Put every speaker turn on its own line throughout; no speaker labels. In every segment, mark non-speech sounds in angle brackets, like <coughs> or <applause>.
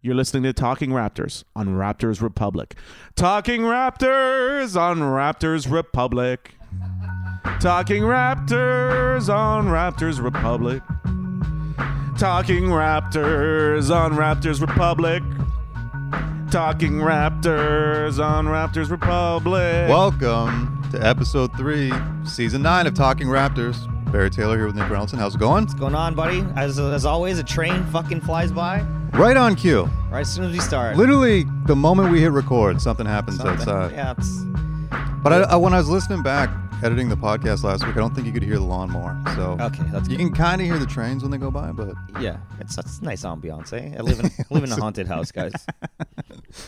You're listening to Talking Raptors on Raptors Republic. Talking Raptors on Raptors Republic. Talking Raptors on Raptors Republic. Talking Raptors on Raptors Republic. Talking Raptors on Raptors Republic.
Welcome to episode three, season nine of Talking Raptors. Barry Taylor here with Nick Reynolds. How's it going?
going on, buddy? As, as always, a train fucking flies by
Right on cue.
right as soon as we start.
Literally, the moment we hit record, something happens
Something.
outside.
Yeah, it's,
But I, I, when I was listening back, editing the podcast last week, I don't think you could hear the lawnmower. So
Okay, that's
you can kind of hear the trains when they go by, but
yeah, it's, it's nice ambiance. Eh? I
<laughs>
live in I live in a haunted house, guys.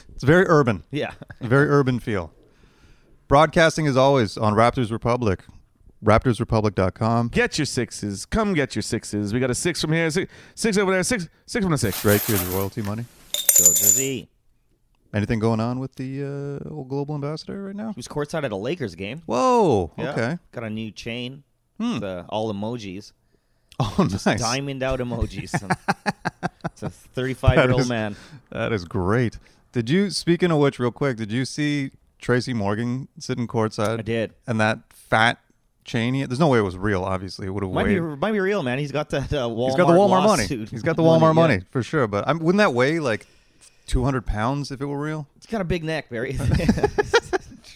it's very urban,
Yeah,
very urban feel. Broadcasting is always on Raptors Republic, raptorsrepublic.com.
Get your sixes. Come get your sixes. We got a six from here, six, six over there, six, six from the six.
Great here's royalty money.
go Jersey.
Anything going on with the uh, old global ambassador right now?
He was courtside at a Lakers game.
Whoa.
Yeah.
Okay.
got a new chain. with, uh, all emojis,
<laughs> Oh, nice.
diamond out emojis.
<laughs>
it's a 35 year
is-
old man.
That is great. Did you, speaking of which, real quick, did you see Tracy Morgan sitting courtside?
I did.
And that fat Cheney? There's no way it was real, obviously. It would have
Might be,
weighed.
might be real, man. He's got that uh, Walmart.
He's got the Walmart money.
lawsuit
He's got the Walmart
yeah.
money, for sure. But I'm, wouldn't that weigh like 200 pounds if it were real?
He's got a big neck,
<laughs>
Barry. <laughs>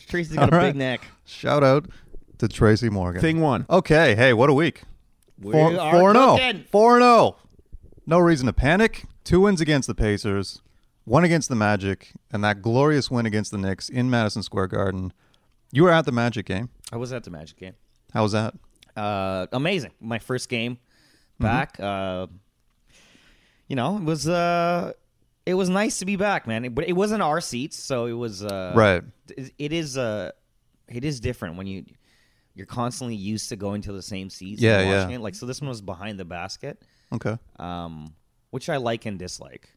Tracy's got a
All right.
big neck.
Shout out to Tracy Morgan.
Thing one.
okay. Hey, what a week.
We
Four
are
four and oh.
cooking.
Four and oh. No reason to panic. Two wins against the Pacers, one against the Magic, and that glorious win against the Knicks in Madison Square Garden. You were at the Magic game.
I was at the Magic game.
How was that?
Uh, amazing. My first game
Mm-hmm.
back. Uh, you know, it was uh, it was nice to be back, man. It, but it wasn't our seats, so it was uh,
Right.
It, it is uh, it is different when you you're constantly used to going to the same seats. and
Yeah, yeah.
watching It. Like so, this one was behind the basket,
Okay.
um, which I like and dislike.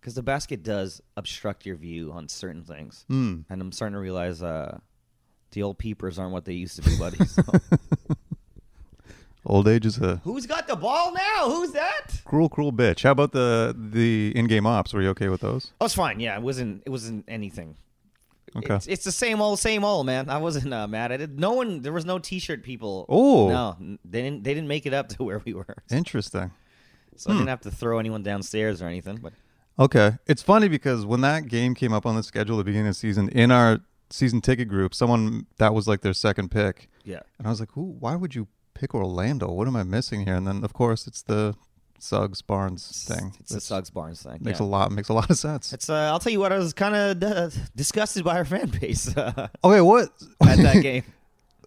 Because the basket does obstruct your view on certain things,
Hmm.
mm. and I'm starting to realize uh, the old peepers aren't what they used to be,
<laughs>
buddy. So.
Old age is a
Who's got the ball now? Who's that?
cruel, cruel bitch. How about the the in game ops? Were you okay with those?
Oh, it's fine. Yeah, it wasn't. It wasn't anything.
Okay.
It's, it's the same old, same old, man. I wasn't uh, mad at it. No one. There was no T-shirt people.
Oh.
no, n- they didn't. They didn't make it up to <laughs> where we were,
Interesting.
so
Hmm.
I didn't have to throw anyone downstairs or anything. But
Okay. It's funny because when that game came up on the schedule at the beginning of the season, in our season ticket group, someone that was like their second pick.
yeah,
And I was like, Who, why would you pick Orlando? What am I missing here? And then, of course, it's the Suggs Barnes thing.
it's the Suggs Barnes thing.
Makes a
yeah.
lot makes a lot of sense.
It's. Uh, I'll tell you what. I was kind of uh, disgusted by our fan
<laughs>
base uh,
okay, what? <laughs>
at that game.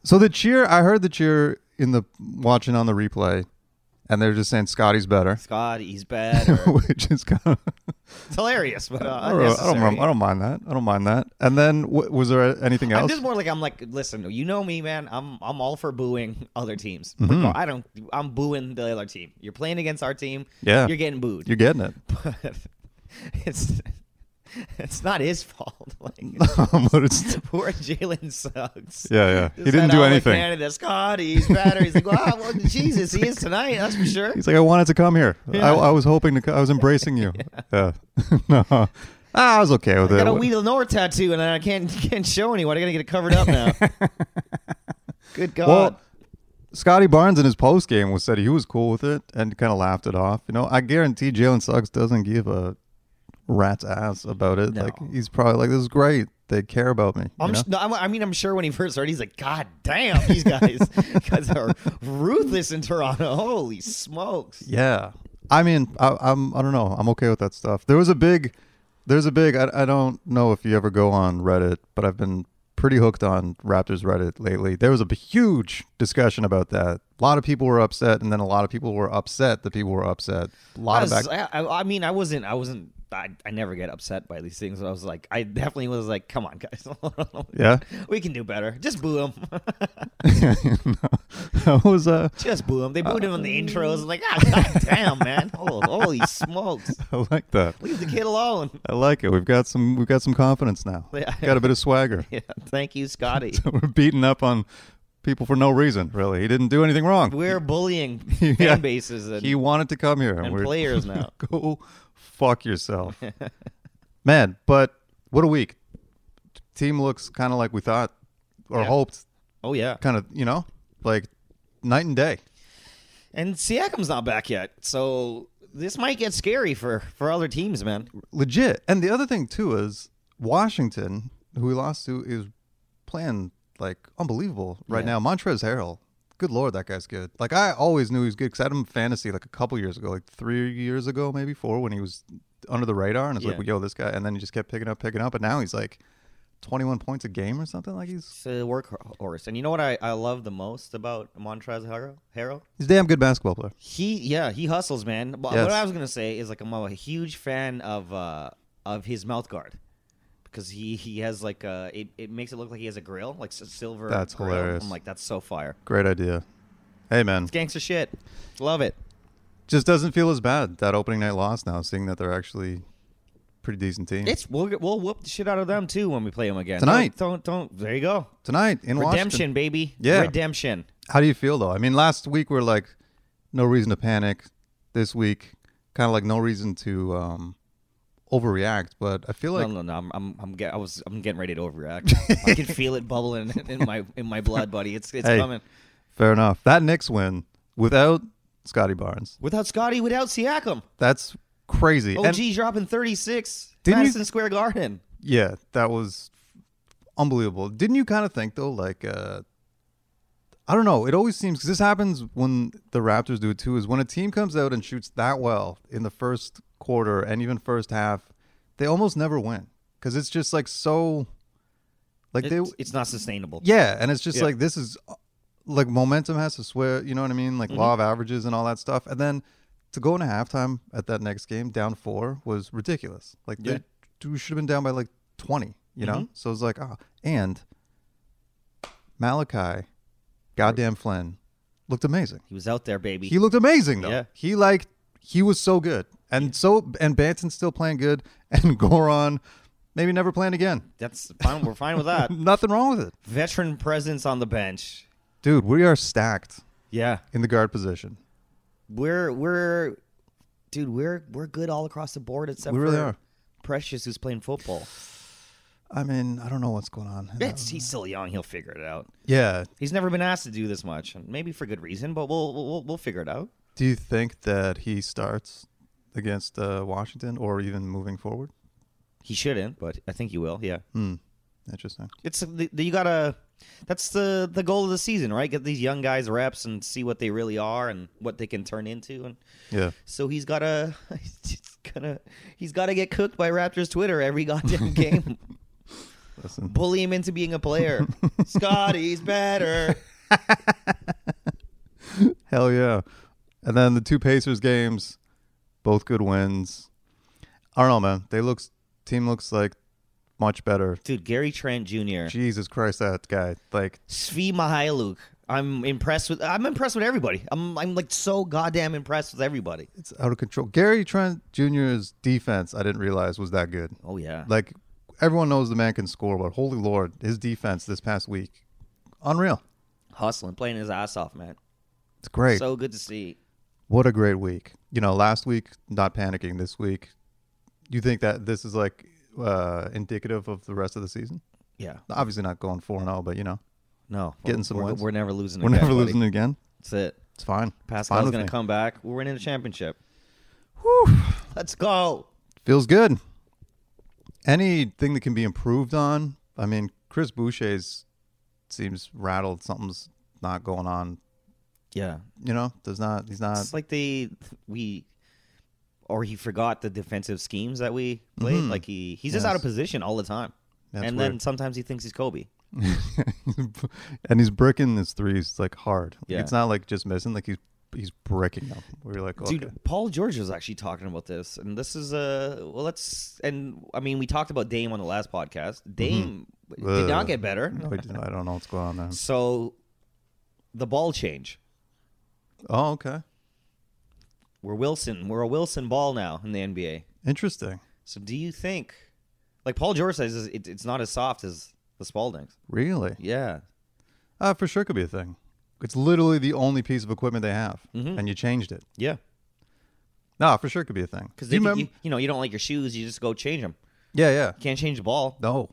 so the cheer, I heard the cheer in the watching on the replay, and they're just saying Scotty's better,
Scott, he's
<laughs>
bad. Or,
which is kind of
it's hilarious, but
I
uh,
don't, I don't
unnecessary.
mind- I don't mind that. I don't mind that. And then w- was there anything
I'm
else?
just more like I'm like, listen, you know me, man. I'm I'm all for booing other teams.
Mm-hmm.
I don't. I'm booing the other team. You're playing against our team.
Yeah.
you're getting booed.
You're getting it.
<laughs>
<laughs>
but it's it's not his fault. <laughs> Like,
<laughs> But it's-
poor Jalen Suggs.
yeah, yeah. He
Just
didn't
that
do
outlet
anything.
Canada, Scott, he's better. He's like, wow,
<laughs>
well, Jesus, he is tonight. That's for sure.
He's like, I wanted to come here.
Yeah.
I, I was hoping to. Co- I was embracing
<laughs>
you. yeah. <laughs> no. Ah, I was okay with
I
it.
got a We the North tattoo, and I can't <laughs> can't show anyone. I gotta get it covered
<laughs>
up now. Good God.
Well, Scotty Barnes in his post game was said he was cool with it and kind of laughed it off. You know, I guarantee Jalen Suggs doesn't give a rat's ass about it.
No.
Like he's probably like, "This is great. They care about me." you
I'm
know?
s- no, I'm- I mean, I'm sure when he first started, he's like, "God damn, these guys, <laughs> guys are ruthless in Toronto. Holy smokes!"
yeah. I mean, I, I'm. I don't know. I'm okay with that stuff. There was a big. There's a big. I, I don't know if you ever go on Reddit, but I've been pretty hooked on Raptors Reddit lately. There was a huge discussion about that. A lot of people were upset, and then a lot of people were upset that people were upset. A lot
I,
of back.
was- I- I- I mean, I wasn't, I wasn't I, I never get upset by these things. I was like, I definitely was like, come on, guys, <laughs>
Yeah. <laughs>
we can do better. Just boo them.
that was uh,
<laughs> Just boo them. They booed him on the intros. Like, ah,
<laughs>
god damn, man. Oh, holy smokes.
I like that.
Leave the kid alone. <laughs>
I like it. We've got some. We've got some confidence now.
Yeah.
Got a bit of swagger.
<laughs> Yeah, thank you, Scotty.
<laughs> We're beating up on people for no reason. Really, he didn't do anything wrong.
<laughs> We're bullying
Yeah.
fan bases and,
he wanted to come here, and,
and
we're
<laughs> players now.
<laughs> go fuck
<laughs>
yourself, man. But what a week. Team looks kind of like we thought or
Yeah.
hoped.
Oh yeah,
Kind of, you know, like night and day.
and Siakam's not back yet, so this might get scary for for other teams, man.
legit. And the other thing too is Washington, who we lost to, is playing like unbelievable right now. Montrez Harrell, good lord, that guy's good. Like I always knew he was good because I had him in fantasy like a couple years ago, like three years ago, maybe four, when he was under the radar, and it's
Yeah.
like, yo, this guy, and then he just kept picking up, picking up, and now he's like twenty-one points a game or something. Like he's
It's a workhorse, and you know what I, I love the most about Montrezl Harrell? Harrell?
he's a damn good basketball player.
He yeah, he hustles, man. But
Yes.
what I was gonna say is like I'm a huge fan of uh of his mouth guard because he he has like uh it, it makes it look like he has a grill like s- silver.
That's
grill.
hilarious.
I'm like that's so fire.
Great idea. Hey man,
Gangster shit, love it.
just doesn't feel as bad that opening night loss now, seeing that they're actually pretty decent team
It's we'll get- we'll whoop the shit out of them too when we play them again
Mm. Tonight.
Don't don't, don't- there you go.
tonight in Washington.
Redemption, baby.
Yeah.
Redemption.
How do you feel though? I mean, last week we're like, no reason to panic. This week, kind of like no reason to um, overreact. But I feel like
no, no, no. I'm, I'm, I'm get, I was, I'm getting ready to overreact. <laughs> I can feel it bubbling <laughs> in my, in my blood, buddy. It's, it's
Hey.
coming.
fair enough. That Knicks win without Scotty Barnes.
Without Scotty, without Siakam,
That's crazy.
OG
And-
dropping 36,
Didn't you-
Madison Square Garden.
yeah, that was unbelievable. Didn't you kind of think though, like, uh, I don't know. It always seems because this happens when the Raptors do it too. Is when a team comes out and shoots that well in the first quarter and even first half, they almost never win because it's just like so, like they
It's, it's not sustainable.
yeah, and it's just
Yeah.
like this is uh, like momentum has to swear. You know what I mean?
Mm-hmm.
Like law of averages and all that stuff. And then to go into halftime at that next game down four was ridiculous. Like
Yeah. Mm-hmm.
they we should have been down by like twenty. You know? So it's like ah, and Malachi, goddamn Flynn, looked amazing.
He was out there, baby.
He looked amazing though.
Yeah.
He like he was so good, and so and Banton's still playing good, <laughs> and Goron maybe never playing again.
That's fine. We're fine
<laughs>
with that.
Nothing wrong with it,
Veteran presence on the bench.
dude. We are stacked.
Yeah,
in the guard position.
we're, we're, dude, we're, we're good all across the board except
We really
for
are.
Precious, who's
<laughs>
playing football.
I mean, I don't know what's going on.
It's, he's still young. He'll figure it out.
Yeah.
He's never been asked to do this much, and maybe for good reason. But we'll we'll, we'll figure it out.
Do you think that he starts against uh, Washington or even moving forward?
He shouldn't, but I think he will. Yeah,
Hmm. Interesting.
it's the, the- you gotta. That's the the goal of the season, right? Get these young guys reps and see what they really are and what they can turn into. And
Yeah.
so he's gotta <laughs> he's just gonna he's gotta get cooked by Raptors Twitter
<laughs>
every goddamn game.
Listen.
Bully him into being a
<laughs>
player. Scotty's better.
Hell yeah. And then the two Pacers games, both good wins. I don't know, man. They looks team looks like much better.
Dude, Gary Trent Jr.
Jesus Christ, that guy. Like
Svi Mihailuk. I'm impressed with. I'm impressed with everybody. I'm. I'm like so goddamn impressed with everybody.
it's out of control. Gary Trent Jr.'s defense, I didn't realize was that good.
Oh yeah.
Like everyone knows the man can score, but holy lord, his defense this past week, unreal.
hustling, playing his ass off, man.
It's great.
So good to see.
what a great week. You know, last week not panicking. This week, you think that this is like uh indicative of the rest of the season?
Yeah.
Obviously not going four and all, but you know,
No.
Getting some
we're,
wins.
We're never losing.
we're
again,
never
buddy.
losing again.
That's it.
It's fine. It's fine
Pascal's
with
gonna
me.
come back. We're winning the championship. Whew. Let's go.
Feels good. Anything that can be improved on. I mean, Chris Boucher's seems rattled. Something's not going on.
Yeah.
You know, does not. He's not.
It's like they we or he forgot the defensive schemes that we played. Like he he's just
Mm-hmm. Yes.
out of position all the time.
That's
and then
weird.
sometimes he thinks he's Kobe.
<laughs> and he's bricking his threes like hard. Like,
Yeah.
It's not like just missing. Like he's he's breaking them. We were like, okay.
Dude, <laughs> Paul George was actually talking about this, and this is uh well, let's and I mean we talked about Dame on the last podcast. Dame did
Mm-hmm. Ugh.
not get better,
no, he didn't. I don't know what's going on there.
so the ball change.
Oh, okay,
We're Wilson. We're a Wilson ball now in the NBA.
interesting.
So do you think, like Paul George says, is- it, it's not as soft as the Spaldings?
Really?
Yeah,
Uh, for sure, could be a thing. It's literally the only piece of equipment they have,
Mm-hmm.
and you changed it.
yeah.
No, for sure, could be a thing.
Because
Do
you,
you remember?
you, you know you don't like your shoes, you just go change them.
yeah, yeah.
Can't change the ball.
No.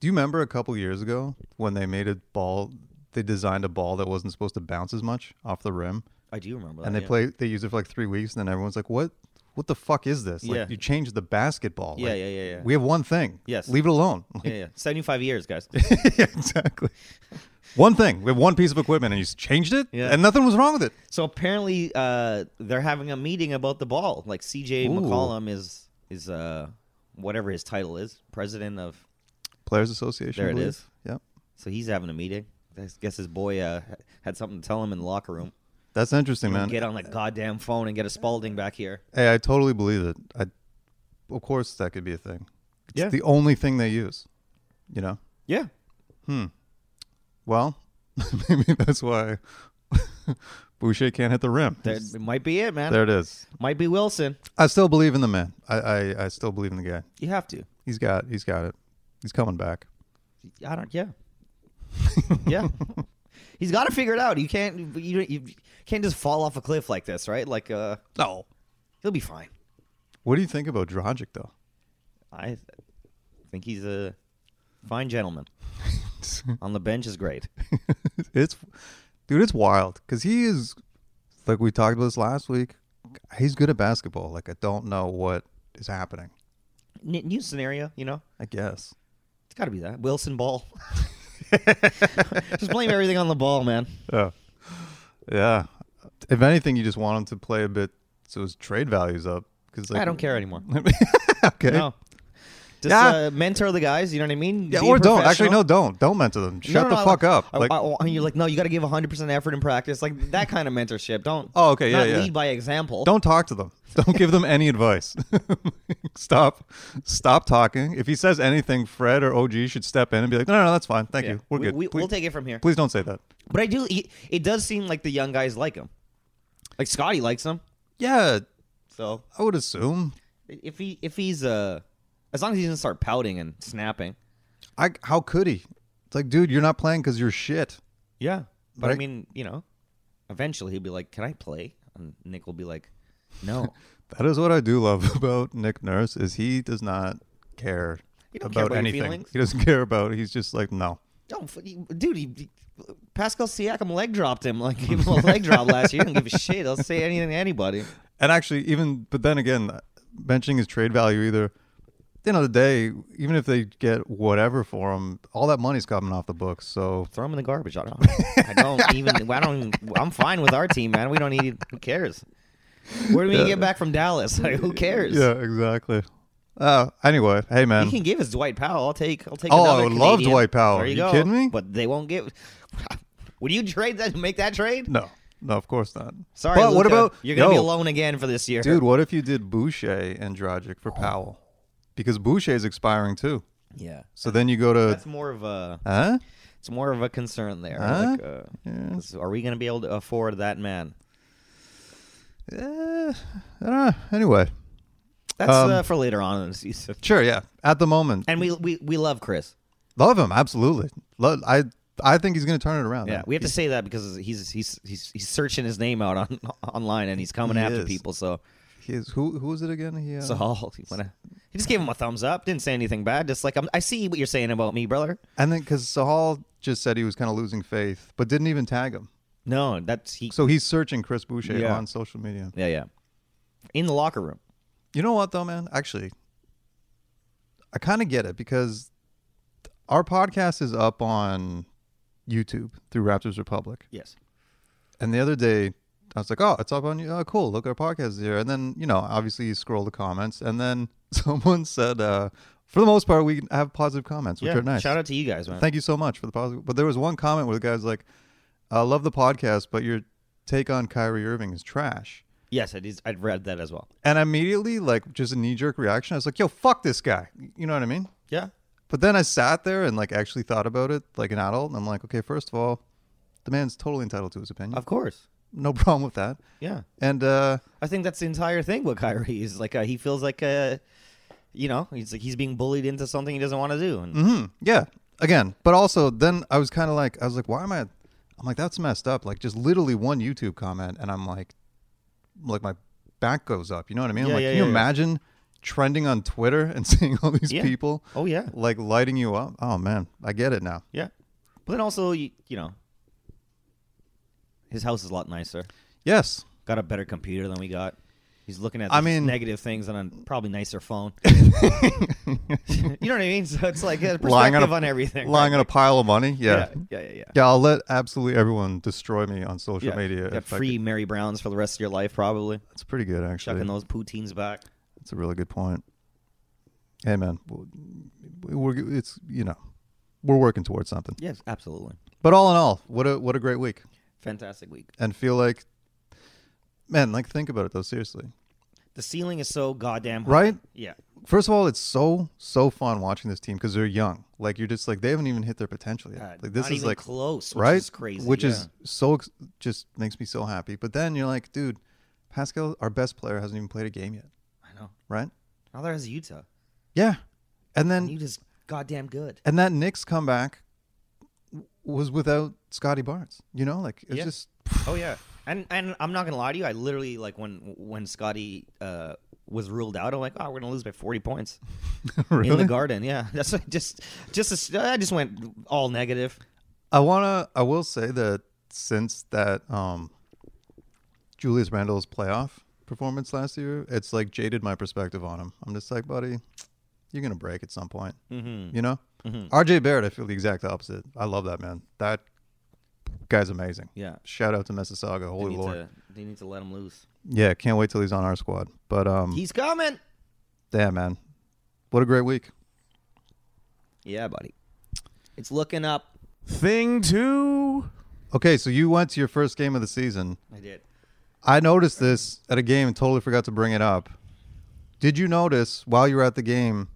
Do you remember a couple years ago when they made a ball? They designed a ball that wasn't supposed to bounce as much off the rim,
I do remember that.
and they
yeah.
play. They used it for like three weeks, and then everyone's like, "What? What the fuck is this? Like,
Yeah.
you changed the basketball.
Yeah,
Like,
yeah, yeah, yeah.
We have one thing.
Yes.
leave it alone. <laughs>
Yeah, yeah. Seventy-five years, guys.
yeah,
<laughs>
exactly. One thing. We have one piece of equipment, and you just changed it,
Yeah.
and nothing was wrong with it.
so apparently, uh, they're having a meeting about the ball. Like CJ
Ooh.
McCollum is is uh, whatever his title is, president of.
Players Association.
There
I
it
believe.
is.
Yep.
So he's having a meeting. I guess his boy uh, had something to tell him in the locker room.
That's interesting, man.
Get on that goddamn phone and get a Spalding back here.
Hey, I totally believe it. I, of course, that could be a thing. It's
Yeah.
the only thing they use. You know.
Yeah.
Well, <laughs> maybe that's why <laughs> Boucher can't hit the rim.
That it might be it, man.
There it is.
Might be Wilson.
I still believe in the man. I, I, I still believe in the guy.
You have to.
He's got he's got it. He's coming back.
I don't. Yeah.
<laughs>
yeah. He's got to figure it out. You can't. You, you can't just fall off a cliff like this, right? Like, uh,
No.
he'll be fine.
What do you think about Drogic though?
I think he's a fine
<laughs>
gentleman. On the bench is great.
It's dude, it's wild because he is like we talked about this last week. He's good at basketball. Like I don't know what is happening.
N- new scenario, you know.
I guess.
It's got to be that
<laughs>
Wilson ball. just blame everything on the ball, man.
Yeah. Yeah. If anything, you just want him to play a bit so his trade value's up. Because like,
I don't
<laughs>
care anymore.
okay.
No. Just
Yeah.
uh, mentor the guys. You know what I mean?
Yeah,
Be
or don't. Actually,
professional.
no, don't. Don't mentor them.
No,
Shut
no,
the
no, I-
fuck up.
I-
like,
I- and you're like, no, you got to give 100 percent effort in practice, like that kind of mentorship. Don't.
Oh, okay, yeah,
not
yeah.
Lead by example.
don't talk to them. <laughs> Don't give them any advice. <laughs> Stop. Stop talking. If he says anything, Fred or OG should step in and be like, no, no, no that's fine. Thank
Yeah.
you. We're
we,
good.
We,
please,
we'll take it from here.
please don't say that.
But I do. It, it does seem like the young guys like him. Like Scotty likes him.
Yeah,
So
I would assume.
if he if he's uh, as long as he doesn't start pouting and snapping.
I. How could he? It's like, dude, you're not playing because you're shit.
Yeah. But I
Right.
mean, you know, eventually he'll be like, "Can I play?" And Nick will be like, "No."
<laughs> That is what I do love <laughs> about Nick Nurse is he does not care
He don't
about,
care about your
anything.
feelings.
He doesn't <laughs> care about. He's just like, no.
No, f- you- dude, he, he- Pascal Siakam leg dropped him. Like gave him a leg drop last year. He didn't give a shit. I'll say anything to anybody.
And actually, even but then again, benching his trade value either. At the end of the day, even if they get whatever for him, all that money's coming off the books. So
Throw him in the garbage. I don't. I
<laughs>
don't even. I don't. even- I'm fine with our team, man. We don't need. Who cares? Where do we get back from Dallas? <laughs> Like, who cares?
yeah, exactly. Uh, anyway, hey man,
You can give us Dwight Powell. I'll take. I'll take.
Oh,
another
I would love
Canadian.
Dwight Powell.
There you,
You
go.
kidding me?
But they won't give. <laughs> Would you trade that? Make that
<laughs>
trade?
no, no, of course not.
Sorry,
but what
Luka.
about
you're gonna be
yo,
alone again for this year,
dude? What if you did Boucher and Dragic for Powell? Because Boucher's expiring too.
<laughs> Yeah,
So then you go to
that's more of a.
huh?
It's more of a concern there.
Huh?
Like, uh, is- Are we gonna be able to afford that man?
Eh, I don't know. Anyway,
That's
Um,
uh, for later on in the season.
sure, yeah. At the moment,
And we we, we love Chris.
love him absolutely. Love, I I think he's going to turn it around.
Yeah,
man.
we have to say that because he's he's he's, he's searching his name out on <laughs> online and he's coming
He
after
is.
people. So
He is, who who was it again? He, uh,
so <laughs> all he, wanna, he just gave him a thumbs up. Didn't say anything bad. Just like I'm, I see what you're saying about me, brother.
and then because Sahal just said he was kind of losing faith, but didn't even tag him.
No, that's he.
So he's searching Chris Boucher
Yeah.
on social media.
yeah, yeah. In the locker room.
You know what though, man? Actually, I kind of get it because our podcast is up on YouTube through Raptors Republic.
Yes.
And the other day, I was like, "Oh, it's up on you. Oh, cool. Look, our podcast is here." And then, you know, obviously, you scroll the comments, and then <laughs> someone said, uh, "For the most part, we have positive comments, which
yeah.
are nice."
Shout out to you guys, man.
Thank you so much for the positive. But there was one comment where the guy's like, "I love the podcast, but you're take on Kyrie Irving is trash.
Yes, I did, I'd read that as well.
And immediately, like, just a knee jerk reaction, I was like, yo, fuck this guy. You know what I mean?
Yeah.
But then I sat there and, like, actually thought about it like an adult. And I'm like, okay, first of all, the man's totally entitled to his opinion.
Of course.
no <laughs> problem with that.
Yeah.
And, uh,
I think that's the entire thing with Kyrie is like uh, he feels like uh, you know, he's like he's being bullied into something he doesn't want to do. And
hmm, yeah, again. But also, then I was kind of like, I was like, why am I? I'm like, that's messed up. Like, just literally one YouTube comment, and I'm like, like my back goes up. You know what I mean? I'm
Yeah,
like,
yeah,
can you
yeah, yeah.
imagine trending on Twitter and <laughs> seeing all these
Yeah.
people
Oh yeah.
like lighting you up? Oh man, I get it now.
Yeah. But then also you, you know his house is a lot nicer.
Yes,
Got a better computer than we got. He's looking at
I
these
mean-
negative things on a probably
<laughs>
nicer phone. <laughs> you know what I mean? So it's like a perspective
Lying on a-
on everything.
lying on a pile of money. Yeah.
yeah.
yeah.
Yeah, yeah, yeah.
I'll let absolutely everyone destroy me on social
Yeah.
media.
Got
if I
free
could-
Mary Browns for the rest of your life, probably.
That's pretty good, actually.
Chucking those poutines back.
That's a really good point. Hey, man, w- we're it's you know we're working towards something.
Yes, absolutely.
But all in all, what a what a great week,
Fantastic week.
and feel like, man, like think about it though seriously,
The ceiling is so goddamn high.
right?
Yeah.
First of all, it's so so fun watching this team because they're young. Like you're just like they haven't even hit their potential yet.
God,
like this
Uh,
is
not even
like
close, which
right,
is crazy.
which
yeah.
is so ex- just makes me so happy. But then you're like, dude, Pascal, our best player, hasn't even played a game yet,
I know.
right?
Now there is Utah.
Yeah, and
And
then
Utah's goddamn
<laughs>
good.
And that Knicks comeback w- was without Scotty Barnes. You know, like it's
Yeah. <laughs>
just
Oh yeah. And and I'm not gonna lie to you, I literally like when when Scotty uh, was ruled out, I'm like, oh, we're gonna lose by 40 points in the garden. Yeah, <laughs> that's what I just just a s- I just went all negative.
I wanna. I will say that since that um, Julius Randle's playoff performance last year, it's like jaded my perspective on him. I'm just like, buddy, you're gonna break at some point. Mm-hmm. You know, RJ Barrett. I feel the exact opposite. I love that man. That guy's amazing.
Yeah.
Shout out to Mississauga.
They
Holy
need,
lord.
to, they need to let him lose.
Yeah. Can't wait till he's on our squad. But um,
He's coming.
damn man, what a great week.
Yeah, buddy. It's looking up.
Thing two.
Okay, so you went to your first game of the season.
I did.
I noticed this at a game and totally forgot to bring it up. Did you notice while you were at the game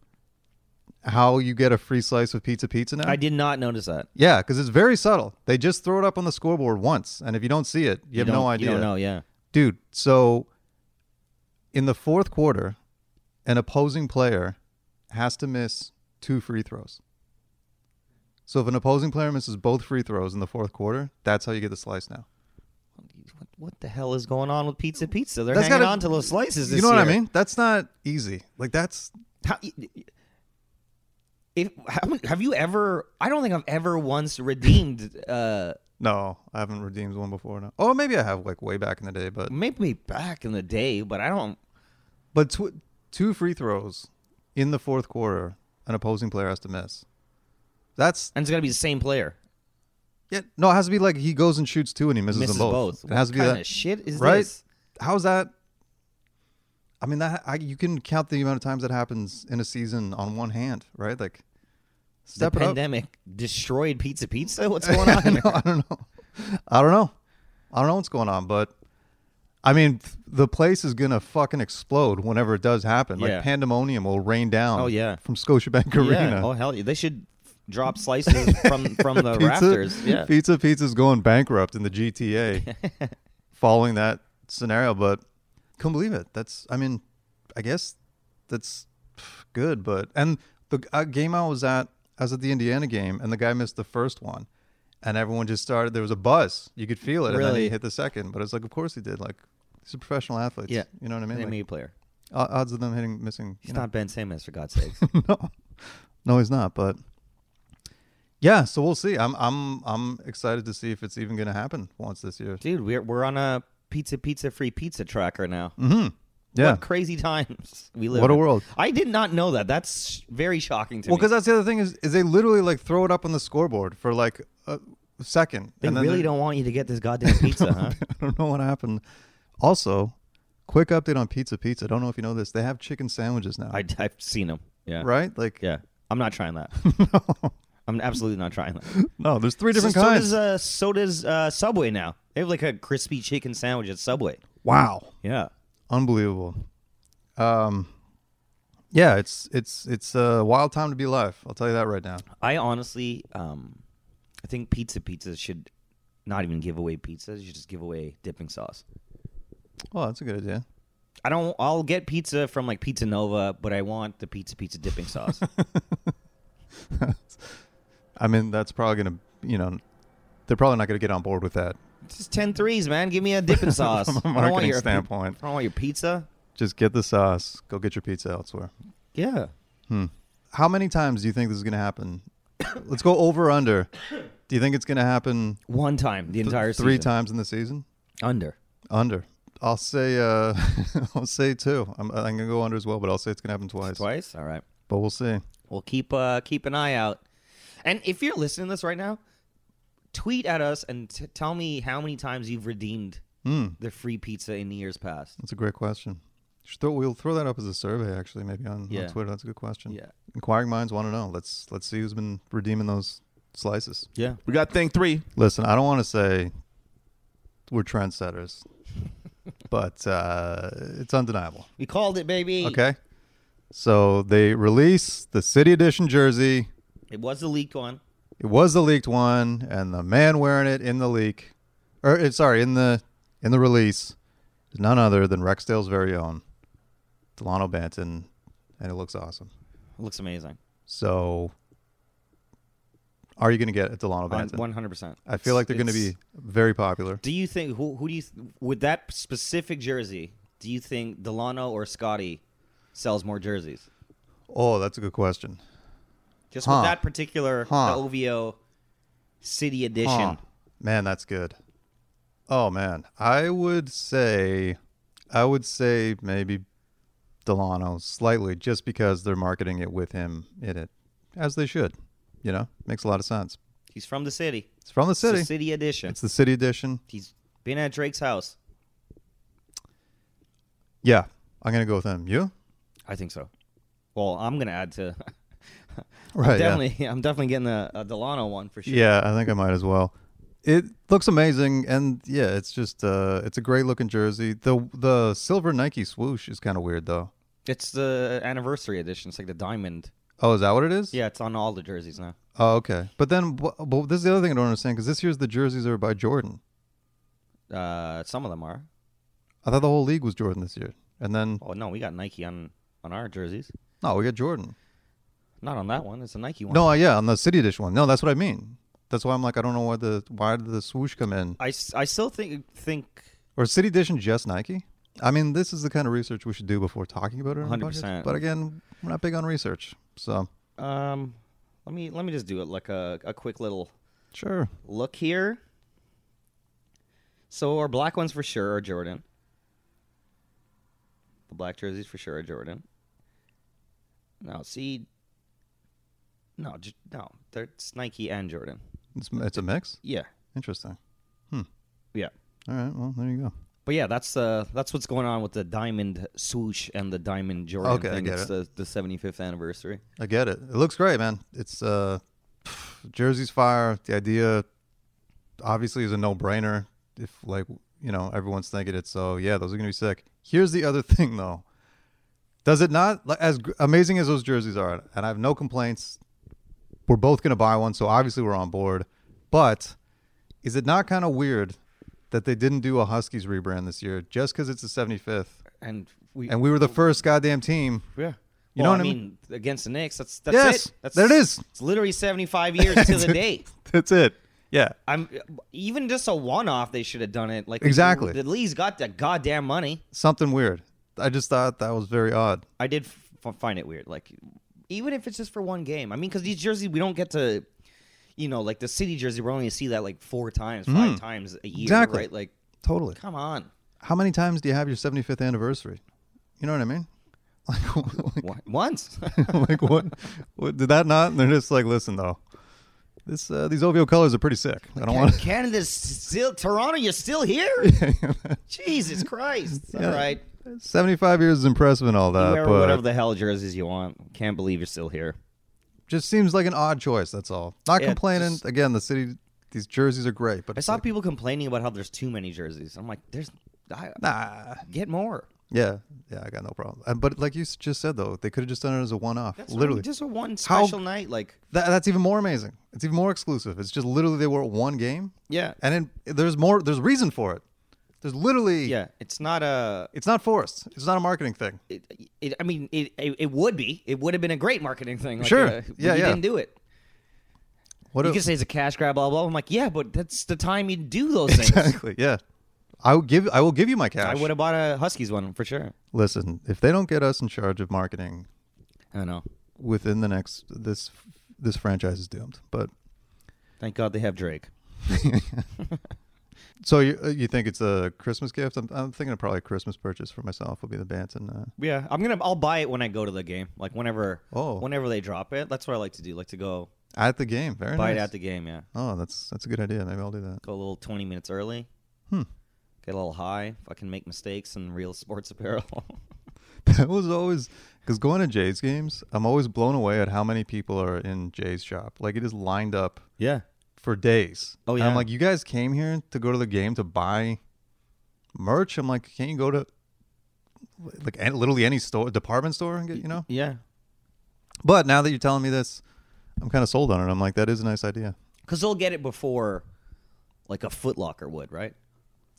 how you get a free slice of pizza pizza now?
I did not notice that.
Yeah, because it's very subtle. They just throw it up on the scoreboard once, and if you don't see it, you, have
don't-
no idea.
You don't know, yeah.
Dude, so in the fourth quarter, an opposing player has to miss two free throws. So if an opposing player misses both free throws in the fourth quarter, that's how you get the slice now.
What, what the hell is going on with Pizza Pizza? They're
That's
hanging
gotta-
on to those slices. This
you know what I
year.
mean? That's not easy. Like that's
How, if, how many- have you ever? I don't think I've ever once redeemed. Uh,
no, I haven't redeemed one before. No. Oh, maybe I have like way back in the day, but
maybe back in the day, but I don't.
but tw- two free throws in the fourth quarter, an opposing player has to miss. That's
And it's gonna be the same player.
yeah. No, it has to be like he goes and shoots two and he misses,
Misses
them
both.
both. It has to be
what kind
that
of shit is
right?
this?
How's that? I mean that I, you can count the amount of times that happens in a season on one hand, right? Like step
the
it up.
pandemic destroyed Pizza Pizza.
<laughs>
What's going on? here?
I don't know. I don't know. I don't know what's going on, but I mean, th- the place is gonna fucking explode whenever it does happen.
Yeah.
Like pandemonium will rain down.
Oh, yeah.
from Scotiabank
Yeah.
Arena.
Oh hell, yeah. they should drop slices
<laughs>
from from the
pizza,
rafters. uh, Yeah.
Pizza Pizza's going bankrupt in the
<laughs>
GTA following that scenario, but couldn't believe it. That's I mean, I guess that's good, but and the uh, game I was at, I was at the Indiana game and the guy missed the first one. And everyone just started there was a buzz. You could feel it and then
Really?
he hit the second, but it's like of course he did. Like these are professional athletes.
Yeah.
You know what I mean?
Name
Like,
me a player.
o- odds of them hitting missing
He's not Ben Simmons for God's sakes.
no, no, he's not. But yeah, so we'll see. I'm I'm I'm excited to see if it's even going to happen once this year.
Dude, we're we're on a pizza pizza free pizza tracker now.
Mm-hmm. Yeah.
What crazy times we live.
What a
in.
world.
I did not know that. That's sh- very shocking to
Well,
me.
because that's the other thing is is they literally like throw it up on the scoreboard for like a second.
they
and then
really
they're-
don't want you to get this goddamn
<laughs>
pizza, huh?
I <laughs> don't know what happened. Also, quick update on Pizza Pizza. I don't know if you know this. They have chicken sandwiches now,
I, I've seen them. Yeah.
<laughs> right? Like,
Yeah. I'm not
<laughs>
trying that. I'm absolutely not trying that.
no, there's three different
so,
kinds.
So does, uh, so does uh, Subway now. They have like a crispy chicken sandwich at Subway.
Wow.
Yeah.
Unbelievable. Um yeah, it's it's it's a wild time to be alive. I'll tell you that right now.
I honestly, um, I think Pizza Pizza should not even give away pizzas. You should just give away dipping sauce.
Oh, that's a good idea.
I don't. I'll get pizza from like Pizza Nova, but I want the Pizza Pizza
<laughs>
dipping sauce.
I mean, that's probably gonna you know, they're probably not gonna get on board with that.
just ten threes, man. Give me a dipping sauce.
<laughs> From a
I don't want
marketing
your-
standpoint.
I don't want your pizza.
Just get the sauce. Go get your pizza elsewhere.
Yeah.
How many times do you think this is gonna happen? <coughs> Let's go over under. Do you think it's gonna happen
One time the
th-
entire
three
season.
times in the season?
under.
Under. I'll say uh <laughs> I'll say two. I'm I'm gonna go under as well, but I'll say it's gonna happen twice.
Twice. All right.
But we'll see.
We'll keep uh, keep an eye out. And if you're listening to this right now, tweet at us and t- tell me how many times you've redeemed the free pizza in years past.
Hmm. That's a great question. Should throw- we'll throw that up as a survey, actually, maybe on, on
Yeah.
Twitter. That's a good question.
Yeah.
Inquiring minds want to know. Let's let's see who's been redeeming those slices.
Yeah.
We got thing three.
Listen, I don't want to say we're trendsetters, but uh, it's undeniable.
We called it, baby.
Okay. So they release the City Edition jersey.
It was the leaked one.
It was the leaked one, and the man wearing it in the leak, or eh, sorry, in the in the release, is none other than Rexdale's very own Delano Banton, and it looks awesome.
It looks amazing.
So, are you going to get a Delano Banton?
One hundred percent.
I feel like they're going to be very popular.
Do you think who who do you th- with that specific jersey? Do you think Delano or Scotty sells more jerseys?
Oh, that's a good question.
Just
Huh.
with that particular
Huh.
the OVO City Edition.
Huh. Man, that's good. Oh man, I would say, I would say maybe Delano slightly, just because they're marketing it with him in it, as they should. You know, makes a lot of sense.
He's from the city.
It's from the
It's the
city.
city Edition.
It's the city edition.
He's been at Drake's house.
Yeah, I'm gonna go with him. You?
I think so. Well, I'm gonna add to. <laughs>
Right. <laughs> yeah.
definitely, I'm definitely getting a, a Delano one for sure.
Yeah, I think I might as well. It looks amazing, and yeah, it's just uh, it's a great looking jersey. the The silver Nike swoosh is kind of weird, though.
It's the anniversary edition. It's like the diamond.
Oh, is that what it is?
Yeah, it's on all the jerseys now.
Oh, okay. But then, wh- but this is the other thing I don't understand because this year's the jerseys are by Jordan.
Uh, some of them are.
I thought the whole league was Jordan this year, and then
Oh no, we got Nike on on our jerseys.
no, we got Jordan.
Not on that one. It's a Nike one.
No, yeah, on the City Edition one. No, that's what I mean. That's why I'm like, I don't know why the why did the swoosh come in
I, s- I still think think
or City Edition just Nike. I mean, this is the kind of research we should do before talking about it. on the podcast.
100%.
But again, we're not big on research, so
um let me let me just do it like a, a quick little
sure.
look here. So our black ones for sure are Jordan. The black jerseys for sure are Jordan. No, see, no, j- no, they're- it's Nike and Jordan.
It's it's a mix.
Yeah,
Interesting.
yeah,
All right. Well, there you go.
but yeah, that's uh that's what's going on with the diamond swoosh and the diamond Jordan
Okay, I
thing.
get
it's
it.
the the seventy fifth anniversary.
I get it. It looks great, man. It's uh Jersey's fire. The idea obviously is a no-brainer if like, you know, everyone's thinking it. So, yeah, those are going to be sick. Here's the other <laughs> thing though. Does it not like, as gr- amazing as those jerseys are, and I have no complaints. We're both going to buy one, so obviously we're on board. But is it not kind of weird that they didn't do a Huskies rebrand this year just cuz it's the 75th
And we
and we were the first goddamn team
Yeah.
You
You
know
know
what I
I
mean?
mean? Against the Knicks, that's that's
Yes,
it. That's,
there it is.
It's literally seventy five years
<laughs>
to the day.
That's it. Yeah.
I'm even just a one off. They should have done it. Like
Exactly.
The Lee's got that goddamn money.
something weird. I just thought that was very odd.
I did f- find it weird. Like even if it's just for one game. I mean, because these jerseys we don't get to, you know, like the city jersey. We're only gonna see that like four times, five times a year.
Mm. Exactly.
Right. Like
Totally.
come on.
How many times do you have your 75th anniversary? You know what I mean? <laughs> Like, like,
Wha- Once.
<laughs> like what, what? Did that not? And they're just like, listen though, this uh, these OVO colors are pretty sick. I don't want. to
<laughs> Canada's still Toronto. You're still here.
<laughs>
Jesus Christ! All
Yeah.
right.
75 years is impressive and all that,
Wear
Uh, but
whatever the hell jerseys you want. Can't believe you're still here.
just seems like an odd choice. That's all. Not
Yeah,
complaining.
just-
Again, the city these jerseys are great, but
I
it's
saw
like,
people complaining about how there's too many jerseys. I'm like, there's, I,
nah.
get more.
Yeah, yeah, I got no problem. Uh, But like you s- just said though, they could have just done it as a one-off.
That's what I mean,
literally,
just a one
How-
special night. Like,
Tha- that's even more amazing. It's even more exclusive. It's just literally they were one game,
yeah,
and then there's more. There's reason for it. There's literally.
yeah. It's not a.
It's not forced. It's not a marketing thing.
It, it, I mean, it, it, it would be. It would have been a great marketing thing. Like,
Sure.
uh, but
Yeah,
you
yeah.
didn't do it.
What
You
a- <laughs>
can say it's a cash grab, blah blah. blah. I'm like, yeah, but that's the time you do those
<laughs>
things.
exactly? Yeah. I will give. I will give you my cash.
I would have bought a Huskies one for sure.
Listen, if they don't get us in charge of marketing
I know.
within the next this this franchise is doomed. But
Thank God they have Drake.
so you uh, you think it's a Christmas gift? I'm, I'm thinking of probably a Christmas purchase for myself will be the Banton. Uh,
Yeah, I'm gonna. I'll buy it when I go to the game. Like whenever.
Oh.
Whenever they drop it, that's what I like to do. Like to go
at the game, very
buy
nice.
it at the game. Yeah,
oh, that's that's a good idea. Maybe I'll do that.
go a little 20 minutes early.
Hmm.
Get a little high. Fucking make mistakes in real sports apparel. <laughs>
<laughs> that was always because going to Jay's games, I'm always blown away at how many people are in Jay's shop. Like it is lined up
yeah.
for days.
Oh,
And
yeah.
I'm like, you guys came here to go to the game to buy merch. I'm like, can't you go to like an- literally any store, department store, and get you know?
Yeah.
But now that you're telling me this, I'm kind of sold on it. I'm like, that is a nice idea.
Because they'll get it before, like a Foot Locker would, right?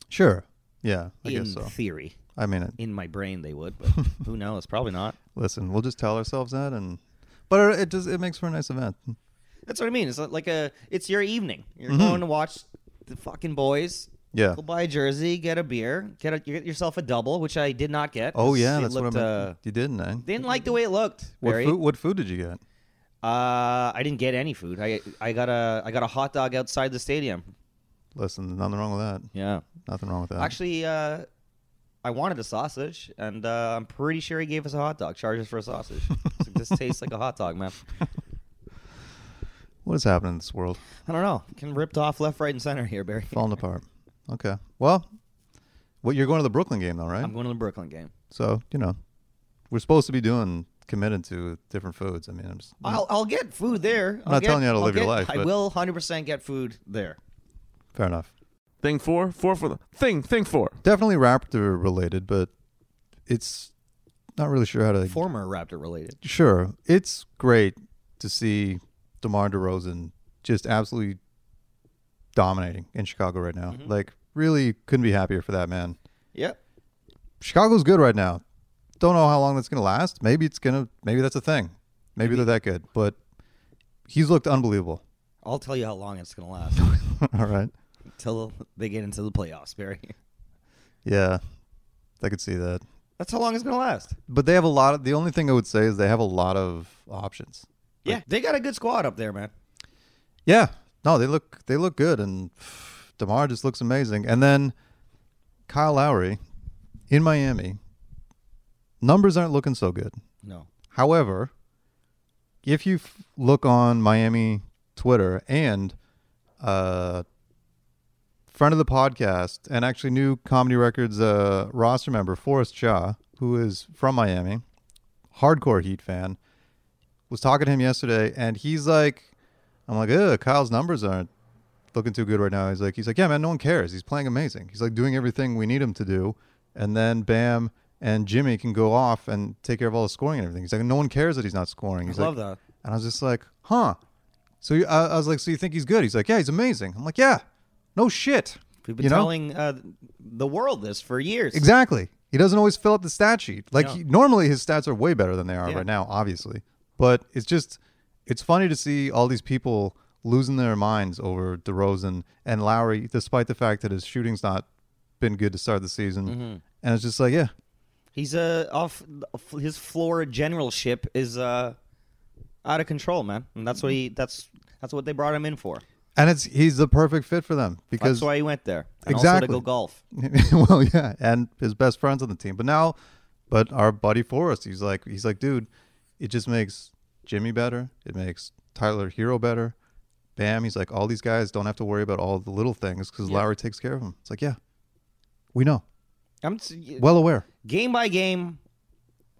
Sure. Yeah, I
in
guess so.
theory,
I mean it.
in my brain they
<laughs>
would, but who knows? Probably not.
Listen, we'll just tell ourselves that, and but it just it makes for a nice event.
That's what I mean. It's like a. It's your evening. You're going to watch the fucking boys.
Mm-hmm. Yeah.
Go buy a jersey, get a beer, get a, you get yourself a double, which I did not get.
Oh
'cause
yeah,
it
that's
looked,
what I
uh,
meant. you didn't, eh?
Didn't like the way it looked.
What
Barry.
food? What food did you get?
Uh, I didn't get any food. I I got a I got a hot dog outside the stadium.
Listen, nothing wrong with that.
Yeah.
Nothing wrong with that.
Actually, uh, I wanted a sausage, and uh, I'm pretty sure he gave us a hot dog. Charges for
<laughs>
a sausage. It's like, this tastes like a hot dog, man.
what is happening in this
<laughs>
world?
I don't know. Getting ripped off left, right, and center here, Barry.
Falling apart. Okay. Well, well, you're going to the Brooklyn game though, right?
I'm going to the Brooklyn game.
so you know, we're supposed to be doing committed to different foods. I mean, I'm just,
I'll, I'll get food there. I'm
Mm. not telling you how to live your life,
I
but-
will 100% get food there.
fair enough.
Thing four, four for the thing. Thing four.
Definitely Raptor related, but it's not really sure how to.
Former Raptor related.
Sure, it's great to see DeMar DeRozan just absolutely dominating in Chicago right now.
Mm-hmm.
Like, really couldn't be happier for that man.
Yep.
Chicago's good right now. Don't know how long that's going to last. Maybe it's going to. Maybe that's a thing. Maybe, they're that good. But he's looked unbelievable. <laughs>
I'll tell you how long it's going to last
All right.
until they get into the playoffs, Barry.
Yeah, I could see that.
That's how long it's going to last.
But they have a lot of. The only thing I would say is they have a lot of options.
Yeah. They got a good squad up there, man.
Yeah. No, they look they look good, and <sighs> Demar just looks amazing. And then Kyle Lowry in Miami. Numbers aren't looking so good.
No.
However, if you f- look on Miami Twitter and uh, friend of the podcast and actually new Comedy Records uh, roster member Forrest Shaw, who is from Miami, hardcore Heat fan, was talking to him yesterday, and he's like, "I'm like, ugh, Kyle's numbers aren't looking too good right now." He's like, "He's like, yeah, man, no one cares. He's playing amazing. He's like doing everything we need him to do, and then bam." And Jimmy can go off and take care of all the scoring and everything. He's like, no one cares that he's not scoring. He's
I love
like-
that.
and I was just like, huh. So you, I, I was like, so you think he's good? He's like, yeah, he's amazing. I'm like, yeah, no shit.
We've been
You know?
telling uh, the world this for years.
Exactly. He doesn't always fill up the stat sheet. Like
No.
he, normally his stats are way better than they are
Yeah.
right now, obviously. But it's just, it's funny to see all these people losing their minds over DeRozan and Lowry, despite the fact that his shooting's not been good to start the season.
Mm-hmm.
And it's just like, yeah,
He's uh, off his floor generalship is uh, out of control, man. And that's what he that's that's what they brought him in for.
and it's he's the perfect fit for them
That's
because
why he went there. And also
Exactly.
to go golf.
<laughs> well, yeah, and his best friends on the team. But now, but our buddy Forrest, he's like, he's like, dude, it just makes Jimmy better. It makes Tyler Hero better. Bam, he's like, all these guys don't have to worry about all the little things because Lowry takes care of them. It's like, yeah, we know,
I'm t-
well aware.
game by game.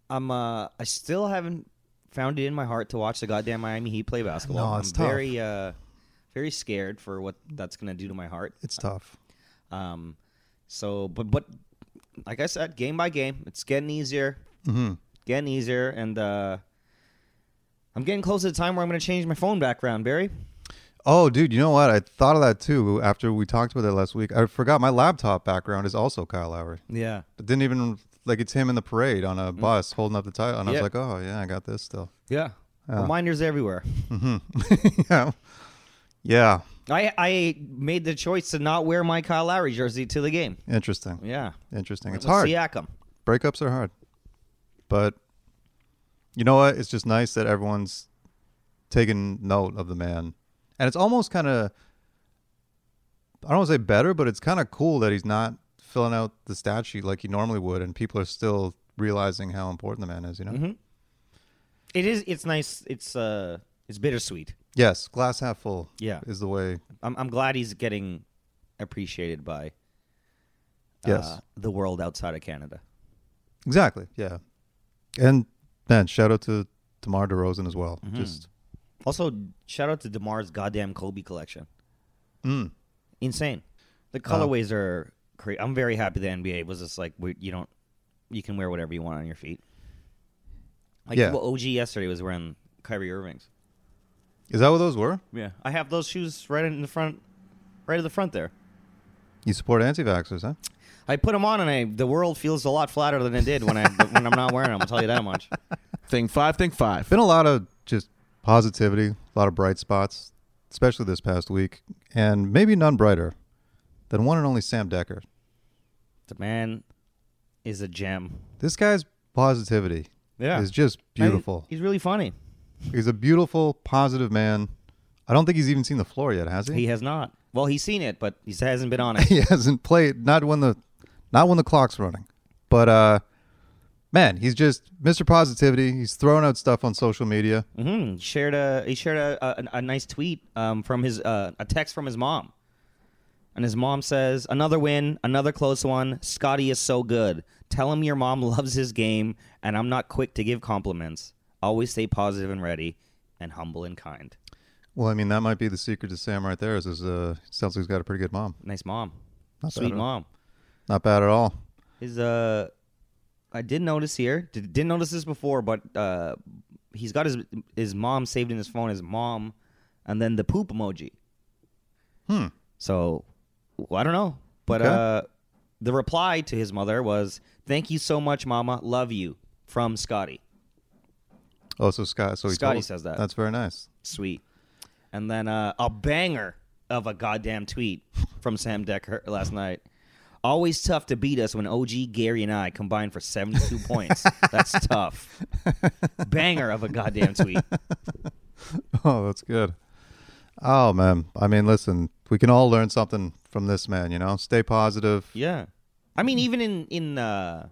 I'm uh, I still haven't found it in my heart to watch the goddamn Miami Heat play basketball.
No,
I'm
it's tough.
very uh, very scared for what that's gonna do to my heart.
It's tough.
Um, so, but but like I said, game by game, it's getting easier,
hmm
getting easier, and uh, I'm getting close to the time where I'm gonna change my phone background, Barry.
Oh, dude, you know what? I thought of that too after we talked about it last week. I forgot my laptop background is also Kyle Lowry.
Yeah.
I didn't even like it's him in the parade on a bus holding up the title, and I
Yeah.
was like, oh yeah, I got this still.
Yeah. Reminders everywhere.
Hmm. <laughs> yeah, yeah,
I I made the choice to not wear my Kyle Lowry jersey to the game.
interesting,
Yeah.
interesting. It's
With
hard.
Siakam.
Breakups are hard, but you know what? It's just nice that everyone's taking note of the man, and it's almost kind of I don't want to say better, but it's kind of cool that he's not filling out the stat sheet like he normally would, and people are still realizing how important the man is. You know?
It is. It's nice. It's uh. It's bittersweet.
Yes, glass half full.
Yeah. Uh,
is the way.
I'm I'm glad he's getting appreciated by.
Yes.
Uh, the world outside of Canada.
Exactly. Yeah. And man, shout out to Tamar DeRozan as well. Just
Also, shout out to Demar's goddamn Kobe collection.
Mm. Uh,
Insane. The colorways are crazy. I'm very happy the NBA was just like we, you don't you can wear whatever you want on your feet. Like
Yeah.
well, OG yesterday was wearing Kyrie Irving's.
is that what those were?
Yeah, I have those shoes right in the front, right at the front there.
You support anti-vaxxers, huh?
I put them on, and I the world feels a lot flatter than it did when I
<laughs>
when I'm not wearing them. I'll tell you that much.
Thing five, thing five.
Been a lot of just positivity, a lot of bright spots, especially this past week, and maybe none brighter than one and only Sam Decker.
The man is a gem.
This guy's positivity
Yeah.
is just beautiful.
He's really funny.
He's a beautiful, positive man. I don't think he's even seen the floor yet, has
He
he?
has not. Well, he's seen it, but he hasn't been on
<laughs>
it.
He, hasn't played not when the not when the clock's running. But uh man, he's just Mr. Positivity. He's throwing out stuff on social media.
hmm Shared a he shared a a, a nice tweet um, from his uh, a text from his mom, and his mom says, "Another win, another close one. Scotty is so good. Tell him your mom <laughs> loves his game, and I'm not quick to give compliments. Always stay positive and ready, and humble and kind.
Well, I mean, that might be the secret to Sam right there. Is is uh, sounds like he's got a pretty good mom.
Nice mom,
Not bad
sweet
at all.
mom.
Not bad at all.
His uh, I did notice here. Did, didn't notice this before, but uh, he's got his his mom saved in his phone. His mom, and then the poop emoji.
Hmm.
So, well, I don't know, but
Okay.
uh, the reply to his mother was, "Thank you so much, Mama. Love you." From Scotty.
Oh, so Scott. So he
Scotty
told-
says that.
That's very nice. <laughs>
Sweet. And then uh, a banger of a goddamn tweet from Sam Decker last night. Always tough to beat us when OG, Gary, and I combine for 72 points. That's tough. Banger of a goddamn tweet.
Oh, that's good. Oh man, I mean, listen, we can all learn something from this man. You know, stay positive.
Yeah. I mean, even in in uh,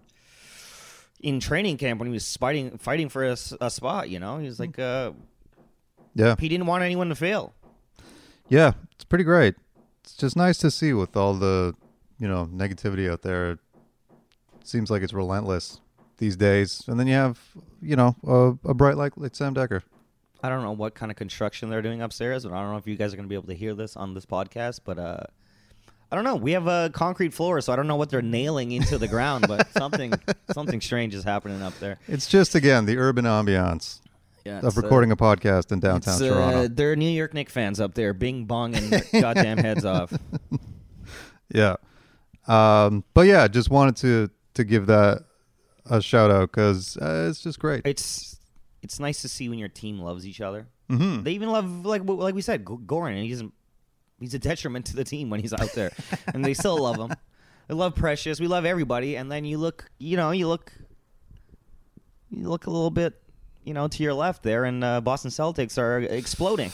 in training camp when he was fighting fighting for a, s- a spot, you know, he was like, uh,
Yeah,
he didn't want anyone to fail.
yeah, it's pretty great. It's just nice to see with all the, you know, negativity out there. It seems like it's relentless these days. And then you have, you know, a, a bright light like Sam Decker.
I don't know what kind of construction they're doing upstairs, and I don't know if you guys are going to be able to hear this on this podcast, but uh, I don't know. We have a concrete floor, so I don't know what they're nailing into the ground, <laughs> but something something strange is happening up there.
It's just again the urban ambiance
Yeah,
of recording a podcast in downtown
uh,
Toronto.
they're New York Knicks fans up there, bing bonging <laughs> their goddamn heads off.
Yeah. Um, but yeah, just wanted to to give that a shout out because uh, it's just great.
It's it's nice to see when your team loves each other. Mm-hmm. They even love like w- like we said, G- Goran, and he doesn't. He's a detriment to the team when he's out there, and they still love him. They love Precious. We love everybody, and then you look, you know, you look, you look a little bit, you know, to your left there, and uh, Boston Celtics are exploding.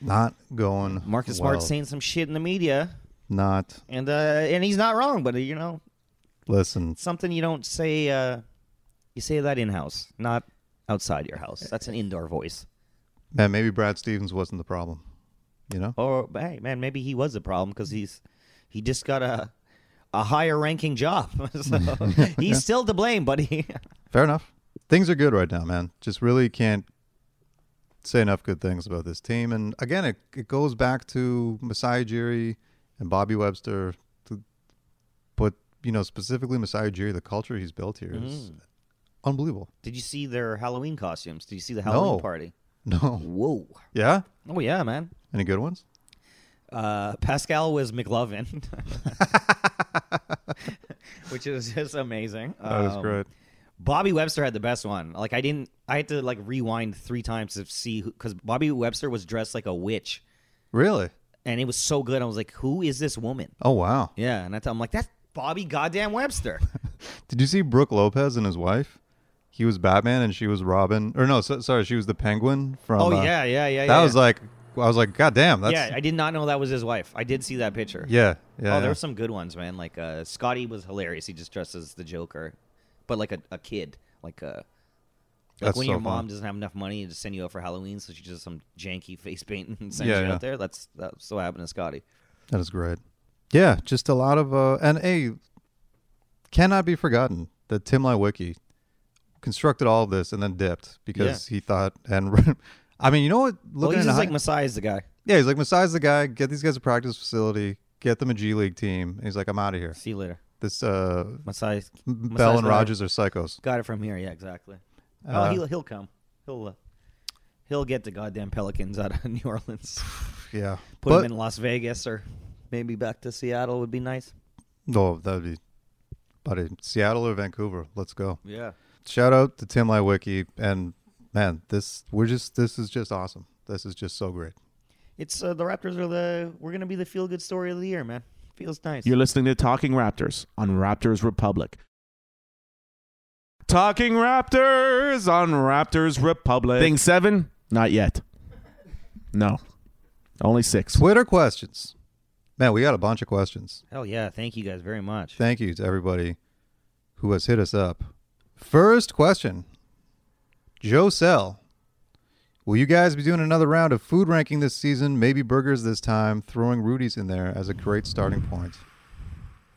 Not going.
Marcus
well.
Smart saying some shit in the media,
Not
and uh, and he's not wrong, but uh, you know,
listen.
something you don't say. Uh, you say that in house, not outside your house. That's an indoor voice.
Man, maybe Brad Stevens wasn't the problem. You know.
Or hey, man, maybe he was the problem because he's he just got a a higher ranking job, <laughs>
<laughs>
so he's still to blame, buddy.
Fair enough. Things are good right now, man. Just really can't say enough good things about this team. And again, it, it goes back to Masai Ujiri and Bobby Webster, to, but you know specifically Masai Ujiri, the culture he's built here is
Mm.
unbelievable.
<laughs>
<laughs>
Did you see their Halloween costumes? Did you see the Halloween
No.
party?
No,
Whoa.
yeah,
Oh yeah, man.
any good ones?
Uh, Pascal was McLovin, <laughs> which is just amazing.
<laughs> That was
Um,
great.
Bobby Webster had the best one. Like I didn't, I had to like rewind three times to see because Bobby Webster was dressed like a witch,
Really?
and it was so good. I was like, who is this woman?
Oh wow!
Yeah, and I am like, that's Bobby
<laughs>
goddamn Webster.
Did you see Brooke Lopez and his wife? He was Batman and she was Robin. Or no, so, sorry, she was the Penguin from.
oh
uh,
yeah, yeah, yeah.
that
yeah.
was like I was like, God damn, that's
yeah. I did not know that was his wife. I did see that picture.
yeah, yeah.
oh, there
yeah.
were some good ones, man. Like uh, Scotty was hilarious. He just dressed as the Joker, but like a, a kid, like a like
That's
when
so
your mom
fun.
doesn't have enough money to send you out for Halloween, so she does some janky face painting <laughs> and sends
Yeah,
you
yeah.
out there. That's that's what happened to Scotty.
That is great. Yeah, just a lot of uh, and a cannot be forgotten that Tim Lewicki constructed all of this and then dipped because he thought and <laughs> I mean, you know what?
Well,
Looking
he's
at
just
hi-
like Masai's the guy.
yeah, he's like Masai's the guy. Get these guys a practice facility. Get them a G League team. And he's like, I'm out of here.
See you later,
This uh,
Masai.
Bell
Masai's
and
the-
Rogers are psychos.
got it from here. Yeah, exactly.
Uh,
oh, he'll he'll come. He'll uh, he'll get the goddamn Pelicans out of <laughs> New Orleans.
Yeah,
Put
but
him in Las Vegas or maybe back to Seattle would be nice.
no, that'd be, buddy, Seattle or Vancouver. Let's go.
Yeah.
shout out to Tim Lywicki and man, this we're just this is just awesome. This is just so great.
It's uh, the Raptors are the we're gonna be the feel good story of the year, man. Feels nice.
You're listening to Talking Raptors on Raptors Republic. Talking Raptors on Raptors Republic. Thing seven? Not yet. No. Only six.
Twitter questions. Man, we got a bunch of questions.
Hell yeah! Thank you guys very much.
Thank you to everybody who has hit us up. First question. Joe Sell. Will you guys be doing another round of food ranking this season? Maybe burgers this time, throwing Rudy's in there as a great starting point.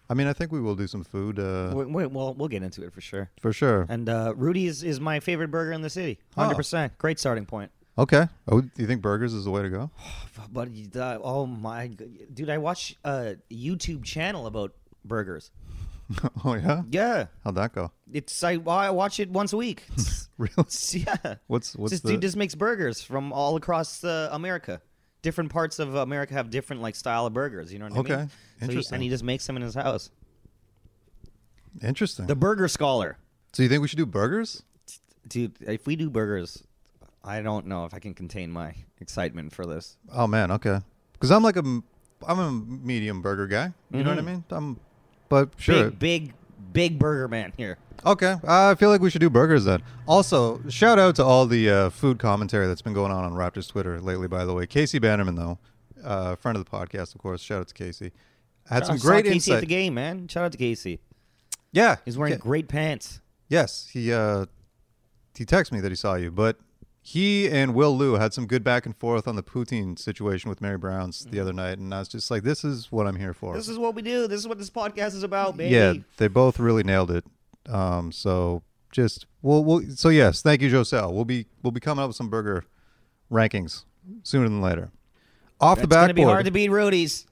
I mean, I think we will do some food uh,
We- we- well, we'll get into it for sure.
for sure.
And uh, Rudy's is my favorite burger in the city.
Oh.
Hundred percent. Great starting point.
Okay. Oh, do you think burgers is the way to go? <laughs>
But uh, oh my, dude! I watch a YouTube channel about burgers.
oh yeah.
Yeah,
How'd that go? <laughs>
it's I, I watch it once a week. It's-
Really?
it's- yeah.
What's what's
this
the,
dude just makes burgers from all across uh, America. Different parts of America have different like style of burgers. You know what
Okay.
I mean? So he-
Interesting.
and he just makes them in his house.
Interesting.
The Burger Scholar,
so you think we should do burgers?
dude. If we do burgers, I don't know if I can contain my excitement for this.
Oh man, okay. Because I'm like a m- I'm a medium burger guy. You know what I mean? I'm, but sure.
Mm-hmm. Big, big, big burger man here.
Okay, I feel like we should do burgers then. Also, shout out to all the uh, food commentary that's been going on on Raptors Twitter lately. By the way, Casey Bannerman though, uh, friend of the podcast, of course. Shout out to Casey. Had some
I saw
great
Casey at
insight.
the game, man. Shout out to Casey.
Yeah,
He's wearing
Ca-
great pants.
Yes, he uh, he texted me that he saw you, but he and Will Lou had some good back and forth on the poutine situation with Mary Brown's
Mm-hmm.
the other night, and I was just like, "This is what I'm here for."
This is what we do. This is what this podcast is about, baby.
yeah, they both really nailed it. Um, so just we'll, we'll so yes, thank you, Josel. We'll be we'll be coming up with some burger rankings sooner than later. Off the
It's gonna
backboard,
be hard to beat Rudy's.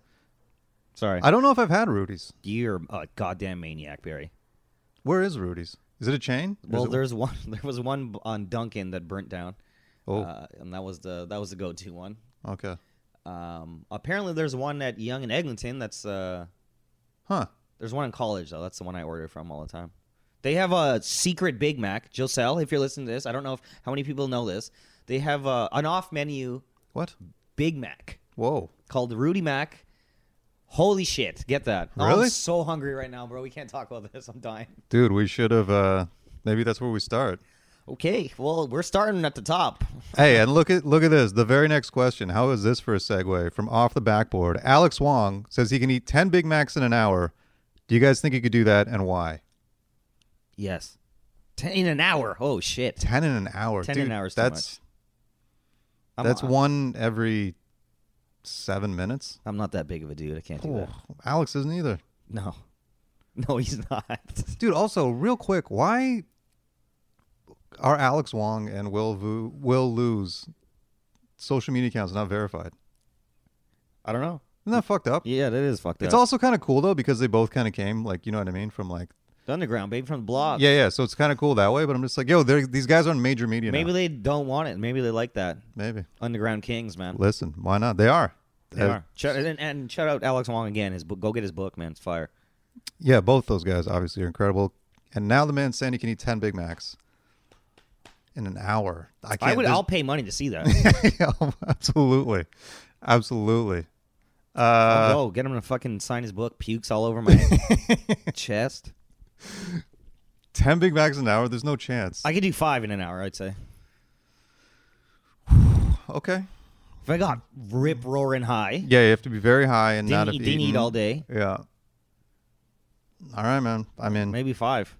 Sorry,
I don't know if I've had Rudy's.
you're a goddamn maniac, Barry.
Where is Rudy's? Is it a chain? Or is
Well,
it-
there's one. <laughs> There was one on Duncan that burnt down.
Oh.
Uh, and that was the that was the go-to one.
okay,
Um, apparently, there's one at Young and Eglinton. That's uh,
huh?
there's one in college though. That's the one I order from all the time. They have a secret Big Mac, Josel. If you're listening to this, I don't know if, how many people know this. They have uh, an off-menu
What?
Big Mac
Whoa!
called Rudy Mac. Holy shit! Get that. Oh,
Really?
I'm so hungry right now, bro. We can't talk about this. I'm dying.
Dude, we should have. Uh, maybe that's where we start.
Okay, well, we're starting at the top.
Hey, and look at look at this. The very next question. How is this for a segue from off the backboard? Alex Wong says he can eat ten Big Macs in an hour. Do you guys think he could do that, and why?
Yes. Ten in an hour. Oh shit.
Ten in an hour.
10 in an
Dude,
hour is too
That's
I'm,
that's
I'm-
one every seven minutes.
I'm not that big of a dude. I can't do
Oh,
that.
Alex isn't either.
No. <laughs> No, he's
<laughs>
not.
Dude, also real quick, why are Alex Wong and Will Vu, Will Lose social media accounts not verified.
I don't know.
Isn't that fucked up?
Yeah, that is fucked up.
It's also kind of cool though because they both kind of came like you know what I mean from like
The underground, baby, from the blog.
yeah yeah so it's kind of cool that way. But I'm just like yo, they're- these guys are on major media.
Maybe
now.
they don't want it. Maybe they like that.
maybe
Underground Kings, man.
listen why not? They are.
They
Uh,
are. Shout, and, and shout out Alex Wong again. His book, go get his book, man. It's fire.
Yeah, both those guys obviously are incredible. And now the man saying he can eat ten Big Macs in an hour. I can't. Uh,
I would.
there's-
I'll pay money to
<laughs>
see that.
Yeah, absolutely, absolutely. Uh,
I'll go get him to fucking sign his book. Pukes all
<laughs>
over my chest.
Ten Big Macs an hour. There's no chance.
I could do five in an hour. I'd say.
okay.
If I got rip roaring high,
Yeah, you have to be very high and not
didn't,
have
eat, didn't eat
eaten.
all day,
Yeah. All right, man. I mean,
maybe five.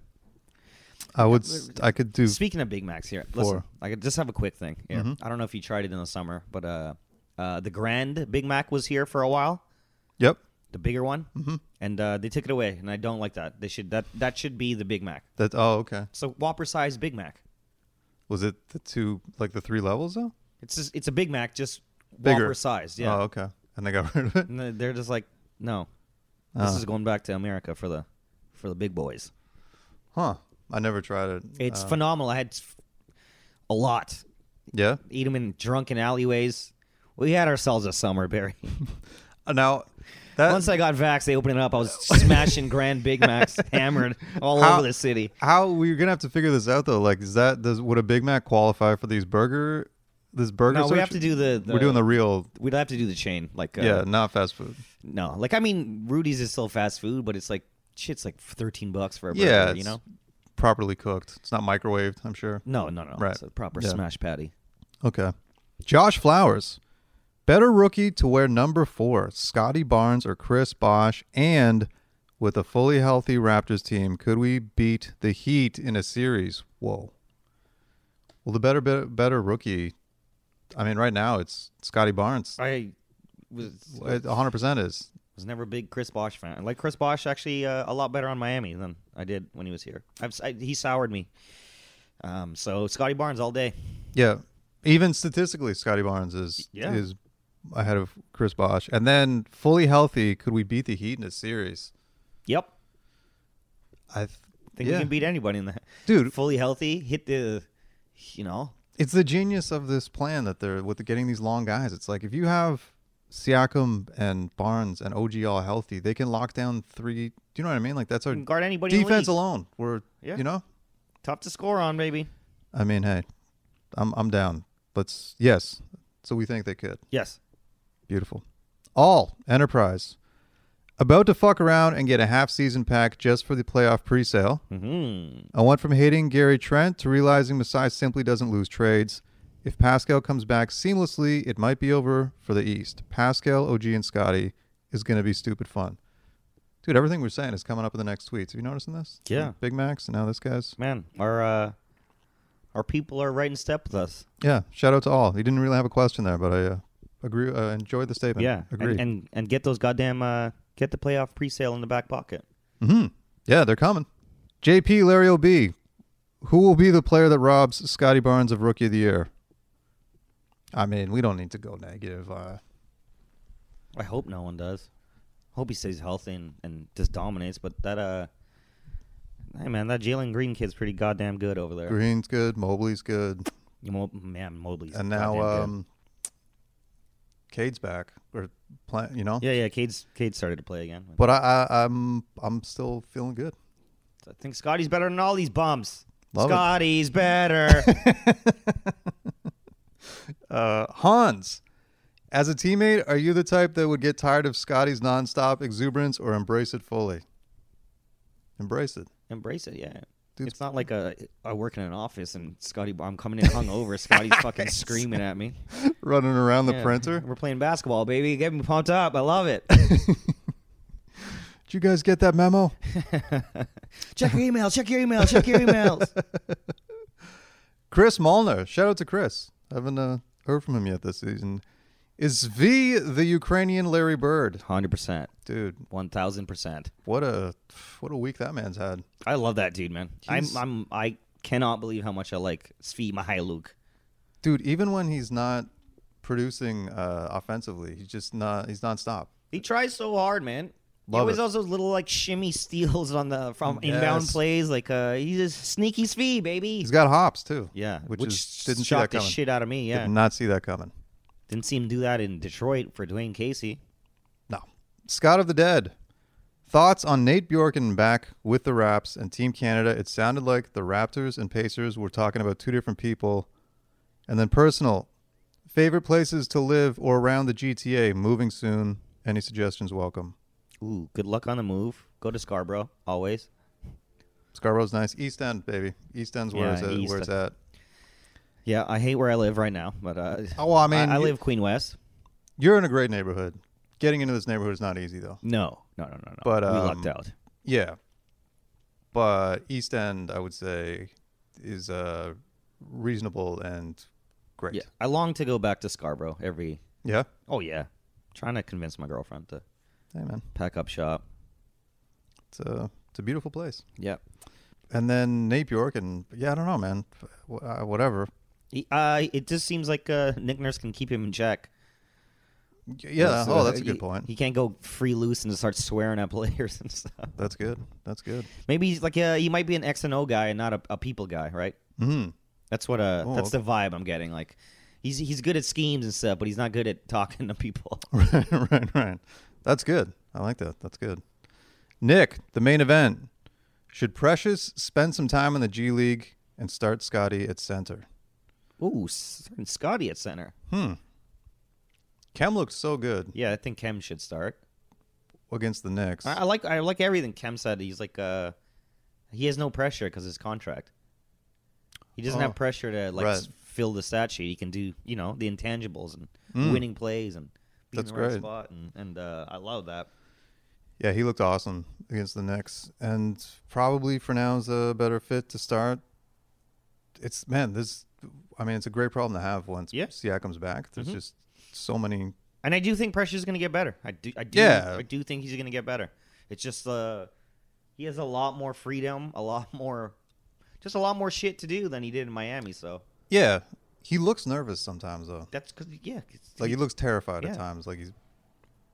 I would. s- I could do.
Speaking of Big Macs, here, listen,
Four. Mm-hmm.
I could just have a quick thing. Here. I don't know if you tried it in the summer, but uh, uh, the Grand Big Mac was here for a while,
Yep.
the bigger one, mm-hmm. and uh, they took it away, and I don't like that. They should that that should be the Big Mac.
That. Oh, okay.
It's a Whopper sized Big Mac.
Was it the two, like the three levels though?
It's just, it's a Big Mac, just
Bigger.
Whopper sized. Yeah,
Oh, okay. And they got rid
<laughs>
of it.
And they- they're just like, no, this
Ah.
is going back to America for the for the big boys.
Huh. I never tried it.
It's phenomenal. I had f- a lot.
Uh, yeah.
Eat them in drunken alleyways. We had ourselves a summer, Barry.
Now, that
Once I got vaxxed, they opened it up. I was
<laughs>
smashing Grand Big Macs, hammered all
How-
over the city.
How we're gonna have to figure this out though? Like, is that does would a Big Mac qualify for these burger? This burger?
No, we
search?
have to do the, the
We're doing the real.
We'd have to do the chain, like uh,
Yeah, not fast food.
no, like I mean, Rudy's is still fast food, but it's like shit's like thirteen bucks for a burger,
Yeah,
you
it's
know?
properly cooked. It's not microwaved. I'm sure.
No, no, no,
Right.
it's a proper
Yeah.
smash patty.
Okay. Josh Flowers, better rookie to wear number four, Scotty Barnes or Chris Bosch, and with a fully healthy Raptors team, could we beat the Heat in a series? Whoa. Well, the better better, better rookie. I mean, right now it's Scotty Barnes.
I was
It 100% is.
was never a big Chris Bosch fan. I like Chris Bosch actually uh, a lot better on Miami than I did when he was here. I've, si he soured me. Um, so Scotty Barnes all day.
Yeah. Even statistically, Scotty Barnes is
Yeah.
is ahead of Chris Bosch. And then fully healthy, could we beat the Heat in a series?
Yep,
I th-
think
yeah.
we can beat anybody <laughs> in that.
Dude.
fully healthy, hit the, you know,
It's the genius of this plan that they're with getting these long guys. It's like if you have Siakam and Barnes and OG all healthy, they can lock down three. Do you know what I mean? Like that's our
Can guard anybody in the
defense
league.
alone. We're
Yeah.
you know,
tough to score on, baby.
I mean, hey, I'm I'm down. Let's yes. So we think they could.
Yes,
Beautiful. All enterprise about to fuck around and get a half season pack just for the playoff presale.
Mm-hmm.
I went from hating Gary Trent to realizing Masai simply doesn't lose trades. If Pascal comes back seamlessly, it might be over for the East. Pascal, OG, and Scotty is going to be stupid fun. Dude, everything we're saying is coming up in the next tweets. Have you noticing this?
Yeah.
Big Macs, and now this guy's.
man. Our uh, our people are right in step with us.
Yeah, shout out to all. You didn't really have a question there, but I uh, agree. Uh, enjoyed the statement.
Yeah,
Agree.
And, and and get those goddamn uh, get the playoff presale in the back pocket.
Mm-hmm. Yeah, they're coming. JP Larry OB, who will be the player that robs Scotty Barnes of Rookie of the Year? I mean, we don't need to go negative. Uh,
I hope no one does. Hope he stays healthy and, and just dominates. But that uh, hey man, that Jalen Green kid's pretty goddamn good over there.
Green's good, Mobley's good,
You Mo- man, Mobley's
and now
goddamn good.
um, Cade's back or plan, you know.
yeah, yeah, Cade's Cade started to play again.
But I, I, I'm I'm still feeling good.
I think Scotty's better than all these bums.
Love it.
Scotty's <laughs> better.
Uh, Hans, as a teammate, are you the type that would get tired of Scotty's nonstop exuberance or embrace it fully? Embrace it.
Embrace it, yeah.
Dude,
it's not like a I work in an office and Scotty I'm coming in hungover. <laughs> Scotty's fucking screaming at me.
Running around the
Yeah,
printer.
We're playing basketball, baby. Get me pumped up. I love it.
Did you guys get that memo?
<laughs> check your email. Check your email. Check your emails.
<laughs> Chris Molnar, shout out to Chris. Haven't uh, heard from him yet this season. Is V the Ukrainian Larry Bird?
<laughs> Hundred percent.
Dude,
One thousand percent.
what a what a week that man's had.
I love that dude, man. I'm,
He's-
I'm, I cannot believe how much I like Svi Mihailuk.
Dude, even when he's not producing uh, offensively. He's just not. He's nonstop.
He tries so hard, man.
Love
he always
it.
does those little like shimmy <laughs> steals on the from inbound
Yes.
plays. Like uh, he's just sneaky speed, baby.
He's got hops too.
yeah,
which, is,
shocked
didn't see that
the
coming.
shit out of me. Yeah,
Did not see that coming.
didn't see him do that in Detroit for Dwayne Casey.
No. Scott of the Dead. Thoughts on Nate Bjorken back with the Raps and Team Canada? It sounded like the Raptors and Pacers were talking about two different people. And then personal favorite places to live or around the GTA. Moving soon. Any suggestions? Welcome.
Ooh, good luck on the move. Go to Scarborough always.
Scarborough's nice. East End, baby. East End's where
Yeah,
it's at.
East
Where it's at.
Yeah, I hate where I live right now, but uh,
Oh, well, I mean,
I,
you-
live Queen West.
You're in a great neighborhood. Getting into this neighborhood is not easy though.
No, no, no, no, no.
But,
we
um,
lucked out.
Yeah. But East End, I would say, is uh, reasonable and great.
Yeah, I long to go back to Scarborough every.
Yeah.
Oh yeah, trying to convince my girlfriend to
Hey, man.
pack up shop.
It's a, it's a beautiful place.
Yeah,
And then Nate Bjork and, yeah, I don't know, man. Wh- uh, Whatever.
He, uh, it just seems like uh, Nick Nurse can keep him in check.
Y- Yeah.
Because, uh,
Oh, that's a
he-
good point.
He can't go free loose and just start swearing at <laughs> players and stuff.
That's good. That's good.
Maybe he's like, uh, he might be an X and O guy and not a, a people guy, right?
Mm.
That's what. Uh,
Oh,
that's the vibe I'm getting. Like, he's he's good at schemes and stuff, but he's not good at talking to people.
<laughs>
<laughs>
right, right, right. That's good. I like that. That's good. Nick, the main event. Should Precious spend some time in the G League and start Scotty at center?
Ooh, S- Scotty at center.
Kem looked so good
Yeah, I think Kem should start.
against the Knicks.
I, I like I like everything Kem said. He's like uh, he has no pressure because his contract. He doesn't
Oh,
have pressure to like
right.
s- fill the stat sheet. He can do you know the intangibles and winning plays and being
Hmm. That's
in the right
great.
spot and and uh, I love that.
Yeah, he looked awesome against the Knicks, and probably for now is a better fit to start. It's man, this. I mean, it's a great problem to have once
Yeah. Mm-hmm.
Siakam's back. There's just so many.
And I do think Pressure's going to get better. I do. I do.
Yeah.
I do think he's going to get better. It's just uh, he has a lot more freedom, a lot more, just a lot more shit to do than he did in Miami. So
Yeah, he looks nervous sometimes though.
that's because yeah, 'cause
Like he looks terrified
Yeah.
at times. Like he's,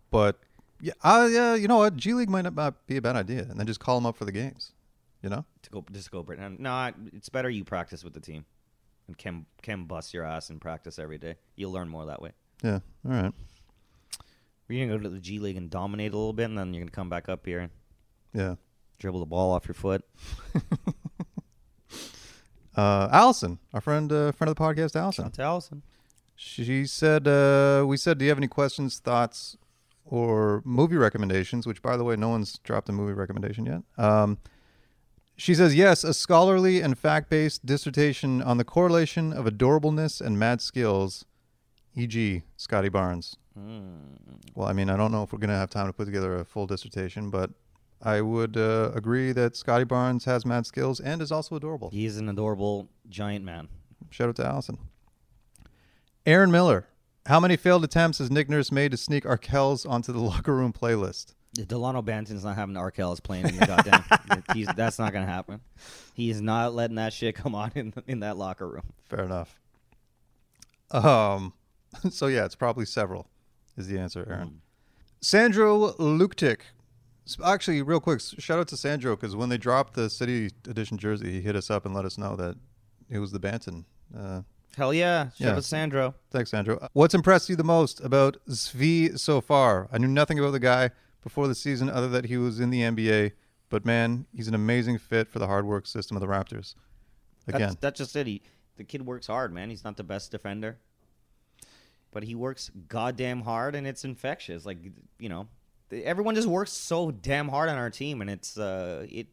but yeah, I, yeah. You know what? G League might not- not be a bad idea, and then just call him up for the games. You know?
to go just go Britain. No, I- it's better you practice with the team, and can can bust your ass in practice every day. You'll learn more that way.
Yeah. All right.
You're gonna go to the G League and dominate a little bit, and then you're gonna come back up here and
Yeah.
dribble the ball off your <laughs> foot.
Uh, Allison, our friend, uh, friend of the podcast, Allison.
Down to Allison.
She said, uh, we said, do you have any questions, thoughts, or movie recommendations? Which, by the way, no one's dropped a movie recommendation yet. Um, she says, yes, a scholarly and fact based dissertation on the correlation of adorableness and mad skills, e.g., Scotty Barnes. Well, I mean, I don't know if we're going to have time to put together a full dissertation, but I would uh, agree that Scotty Barnes has mad skills and is also adorable.
He is an adorable giant man.
Shout out to Allison. Aaron Miller. How many failed attempts has Nick Nurse made to sneak Arkells onto the <laughs> locker room playlist?
Delano Banton's not having Arkells playing <laughs> in the goddamn. he's, that's not gonna happen. He is not letting that shit come on in in that locker room.
Fair enough. Um, <laughs> so yeah, it's probably several, is the answer, Aaron. Sandro Luktic. S- Actually, real quick, s- shout out to Sandro because when they dropped the City Edition jersey, he hit us up and let us know that it was the Banton. Uh,
Hell yeah, shout
Yeah.
out Sandro.
Thanks, Andrew. What's impressed you the most about Zvi so far? I knew nothing about the guy before the season other that he was in the NBA, but man, he's an amazing fit for the hard work system of the Raptors. Again,
That's, that's just it. He, the kid works hard, man. He's not the best defender, but he works goddamn hard, and it's infectious. Like you know, everyone just works so damn hard on our team, and it's uh, it,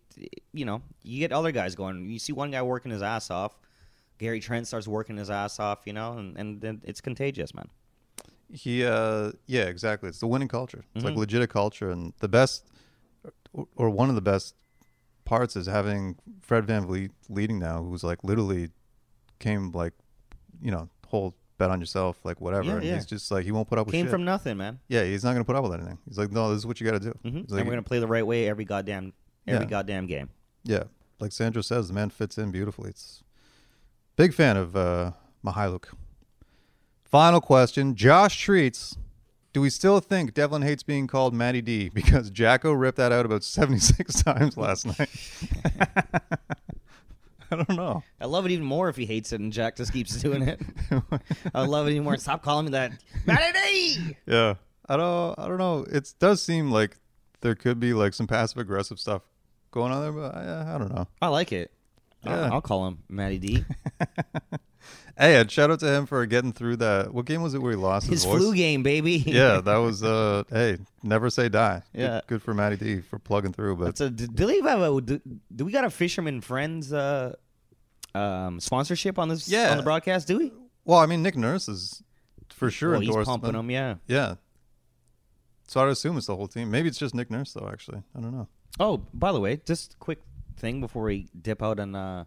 you know, you get other guys going. You see one guy working his ass off. Gary Trent starts working his ass off, you know, and and, then it's contagious, man.
he, uh, yeah, exactly. It's the winning culture. It's
Mm-hmm.
like legit a culture, and the best, or- or one of the best parts is having Fred Van Vliet leading now, who's like literally came like, you know, whole bet on yourself, like whatever.
Yeah,
and
yeah.
he's just like, he won't put up with
Came
shit.
from nothing, man.
Yeah, he's not going to put up with anything. He's like, no, this is what you got to do. He's like-
Mm-hmm. and we're gonna play the right way every goddamn every
Yeah.
goddamn game.
yeah, like Sandra says, the man fits in beautifully. It's big fan of uh, Mihailuk. Final question. Josh treats. Do we still think Devlin hates being called Matty D <laughs> because Jacko ripped that out about 76 <laughs> times last night? I don't know.
I love it even more if he hates it and Jack just keeps <laughs> doing it. I love it even more. Stop calling me that. Matty!
Yeah. I don't I don't know. It does seem like there could be like some passive aggressive stuff going on there, but uh, I, I don't know.
I like it.
Yeah.
I'll, I'll call him
<laughs>
Matty D.
Hey, and shout out to him for getting through that. What game was it where he lost his,
His
voice?
flu game,
<laughs>
baby. <laughs>
Yeah, that was uh hey, never say die. Good-
Yeah.
Good, for Matty D for plugging through, but
So do, do they have a do, do we got a fisherman friends uh um sponsorship on this
Yeah.
on the broadcast? Do we?
well, I mean Nick Nurse is for sure
Well, he's
endorsed.
pumping them. Yeah.
Yeah. So I'd assume it's the whole team. Maybe it's just Nick Nurse though, actually. I don't know. <laughs>
Oh, by the way, just quick thing before we dip out on uh,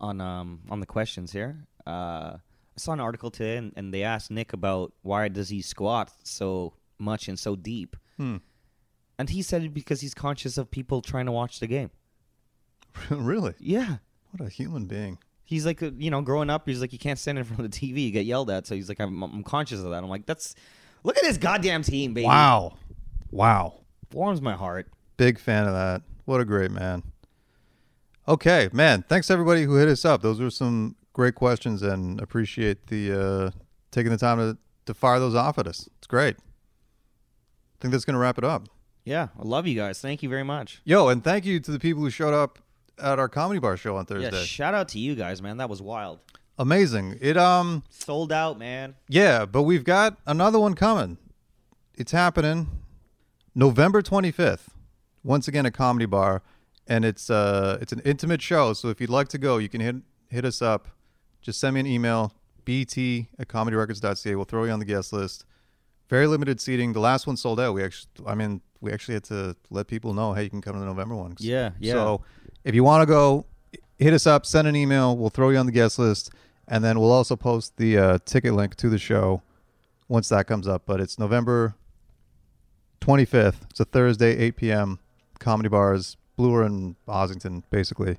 on um, on the questions here. Uh, I saw an article today, and, and they asked Nick about why does he squat so much and so deep,
Hmm.
and he said it because he's conscious of people trying to watch the game.
really?
Yeah,
What a human being.
he's like, uh, you know, growing up, he's like, you can't stand in front of the TV, you get yelled at. So he's like, I'm, I'm conscious of that. I'm like, that's look at this goddamn team, baby.
Wow. Wow.
warms my heart.
Big fan of that. What a great man. Okay, man. Thanks everybody who hit us up. Those were some great questions, and appreciate the uh, taking the time to to fire those off at us. It's great. I think that's gonna wrap it up.
Yeah, I love you guys. Thank you very much.
Yo, and thank you to the people who showed up at our comedy bar show on Thursday.
Yeah, shout out to you guys, man. That was wild.
Amazing. It um
Sold out, man.
yeah, but we've got another one coming. It's happening November 25th. Once again, a comedy bar, and it's uh it's an intimate show. So if you'd like to go, you can hit hit us up. Just send me an email, bt at comedyrecords.ca. We'll throw you on the guest list. Very limited seating. The last one sold out. We actually, I mean, we actually had to let people know, hey, you can come to the November one.
Yeah, yeah.
So if you want to go, hit us up, send an email. We'll throw you on the guest list, and then we'll also post the uh, ticket link to the show once that comes up. But it's November 25th. It's a Thursday, 8 p.m. Comedy bars, Bloor and Ossington, basically.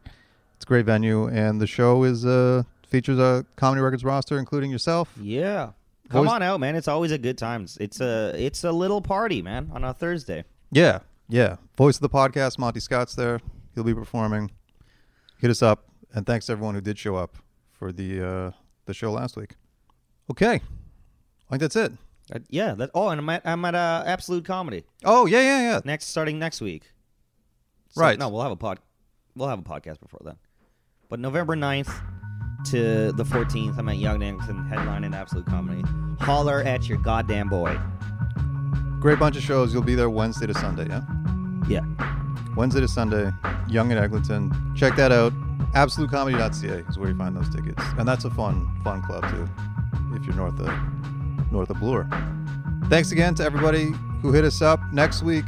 It's a great venue, and the show is uh, features a comedy records roster, including yourself.
Yeah. Come
was-
on out, man. It's always a good time. It's- It's a it's a little party, man, on a Thursday.
Yeah, yeah. Voice of the podcast, Monty Scott's there. He'll be performing. Hit us up, and thanks to everyone who did show up for the uh, the show last week. Okay, I think that's it.
Uh, yeah. That, oh, and I'm at I'm at uh, Absolute Comedy
Oh yeah, yeah, yeah.
next starting next week. So-
Right.
No, we'll have a pod. We'll have a podcast before then. But November 9th to the 14th, I'm at Young Nicholson headline in Absolute Comedy. Holler at your goddamn boy.
Great bunch of shows. You'll be there Wednesday to Sunday. Yeah.
Yeah.
Wednesday to Sunday, Young and Eglinton. Check that out. AbsoluteComedy.ca is where you find those tickets, and that's a fun, fun club too, if you're north of north of Bloor. Thanks again to everybody who hit us up. Next week,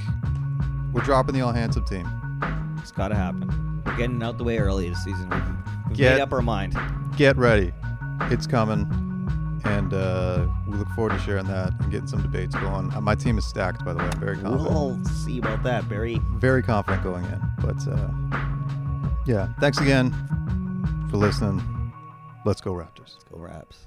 we're dropping the all handsome team.
It's got to happen. We're getting out the way early this season. We've- We've
Get-
made up our mind.
Get ready, it's coming, and uh, we look forward to sharing that and getting some debates going. Uh, my team is stacked, by the way. I'm very confident.
We'll see about that, Barry.
very confident going in. But uh, yeah, thanks again for listening. Let's go Raptors.
Go Raps.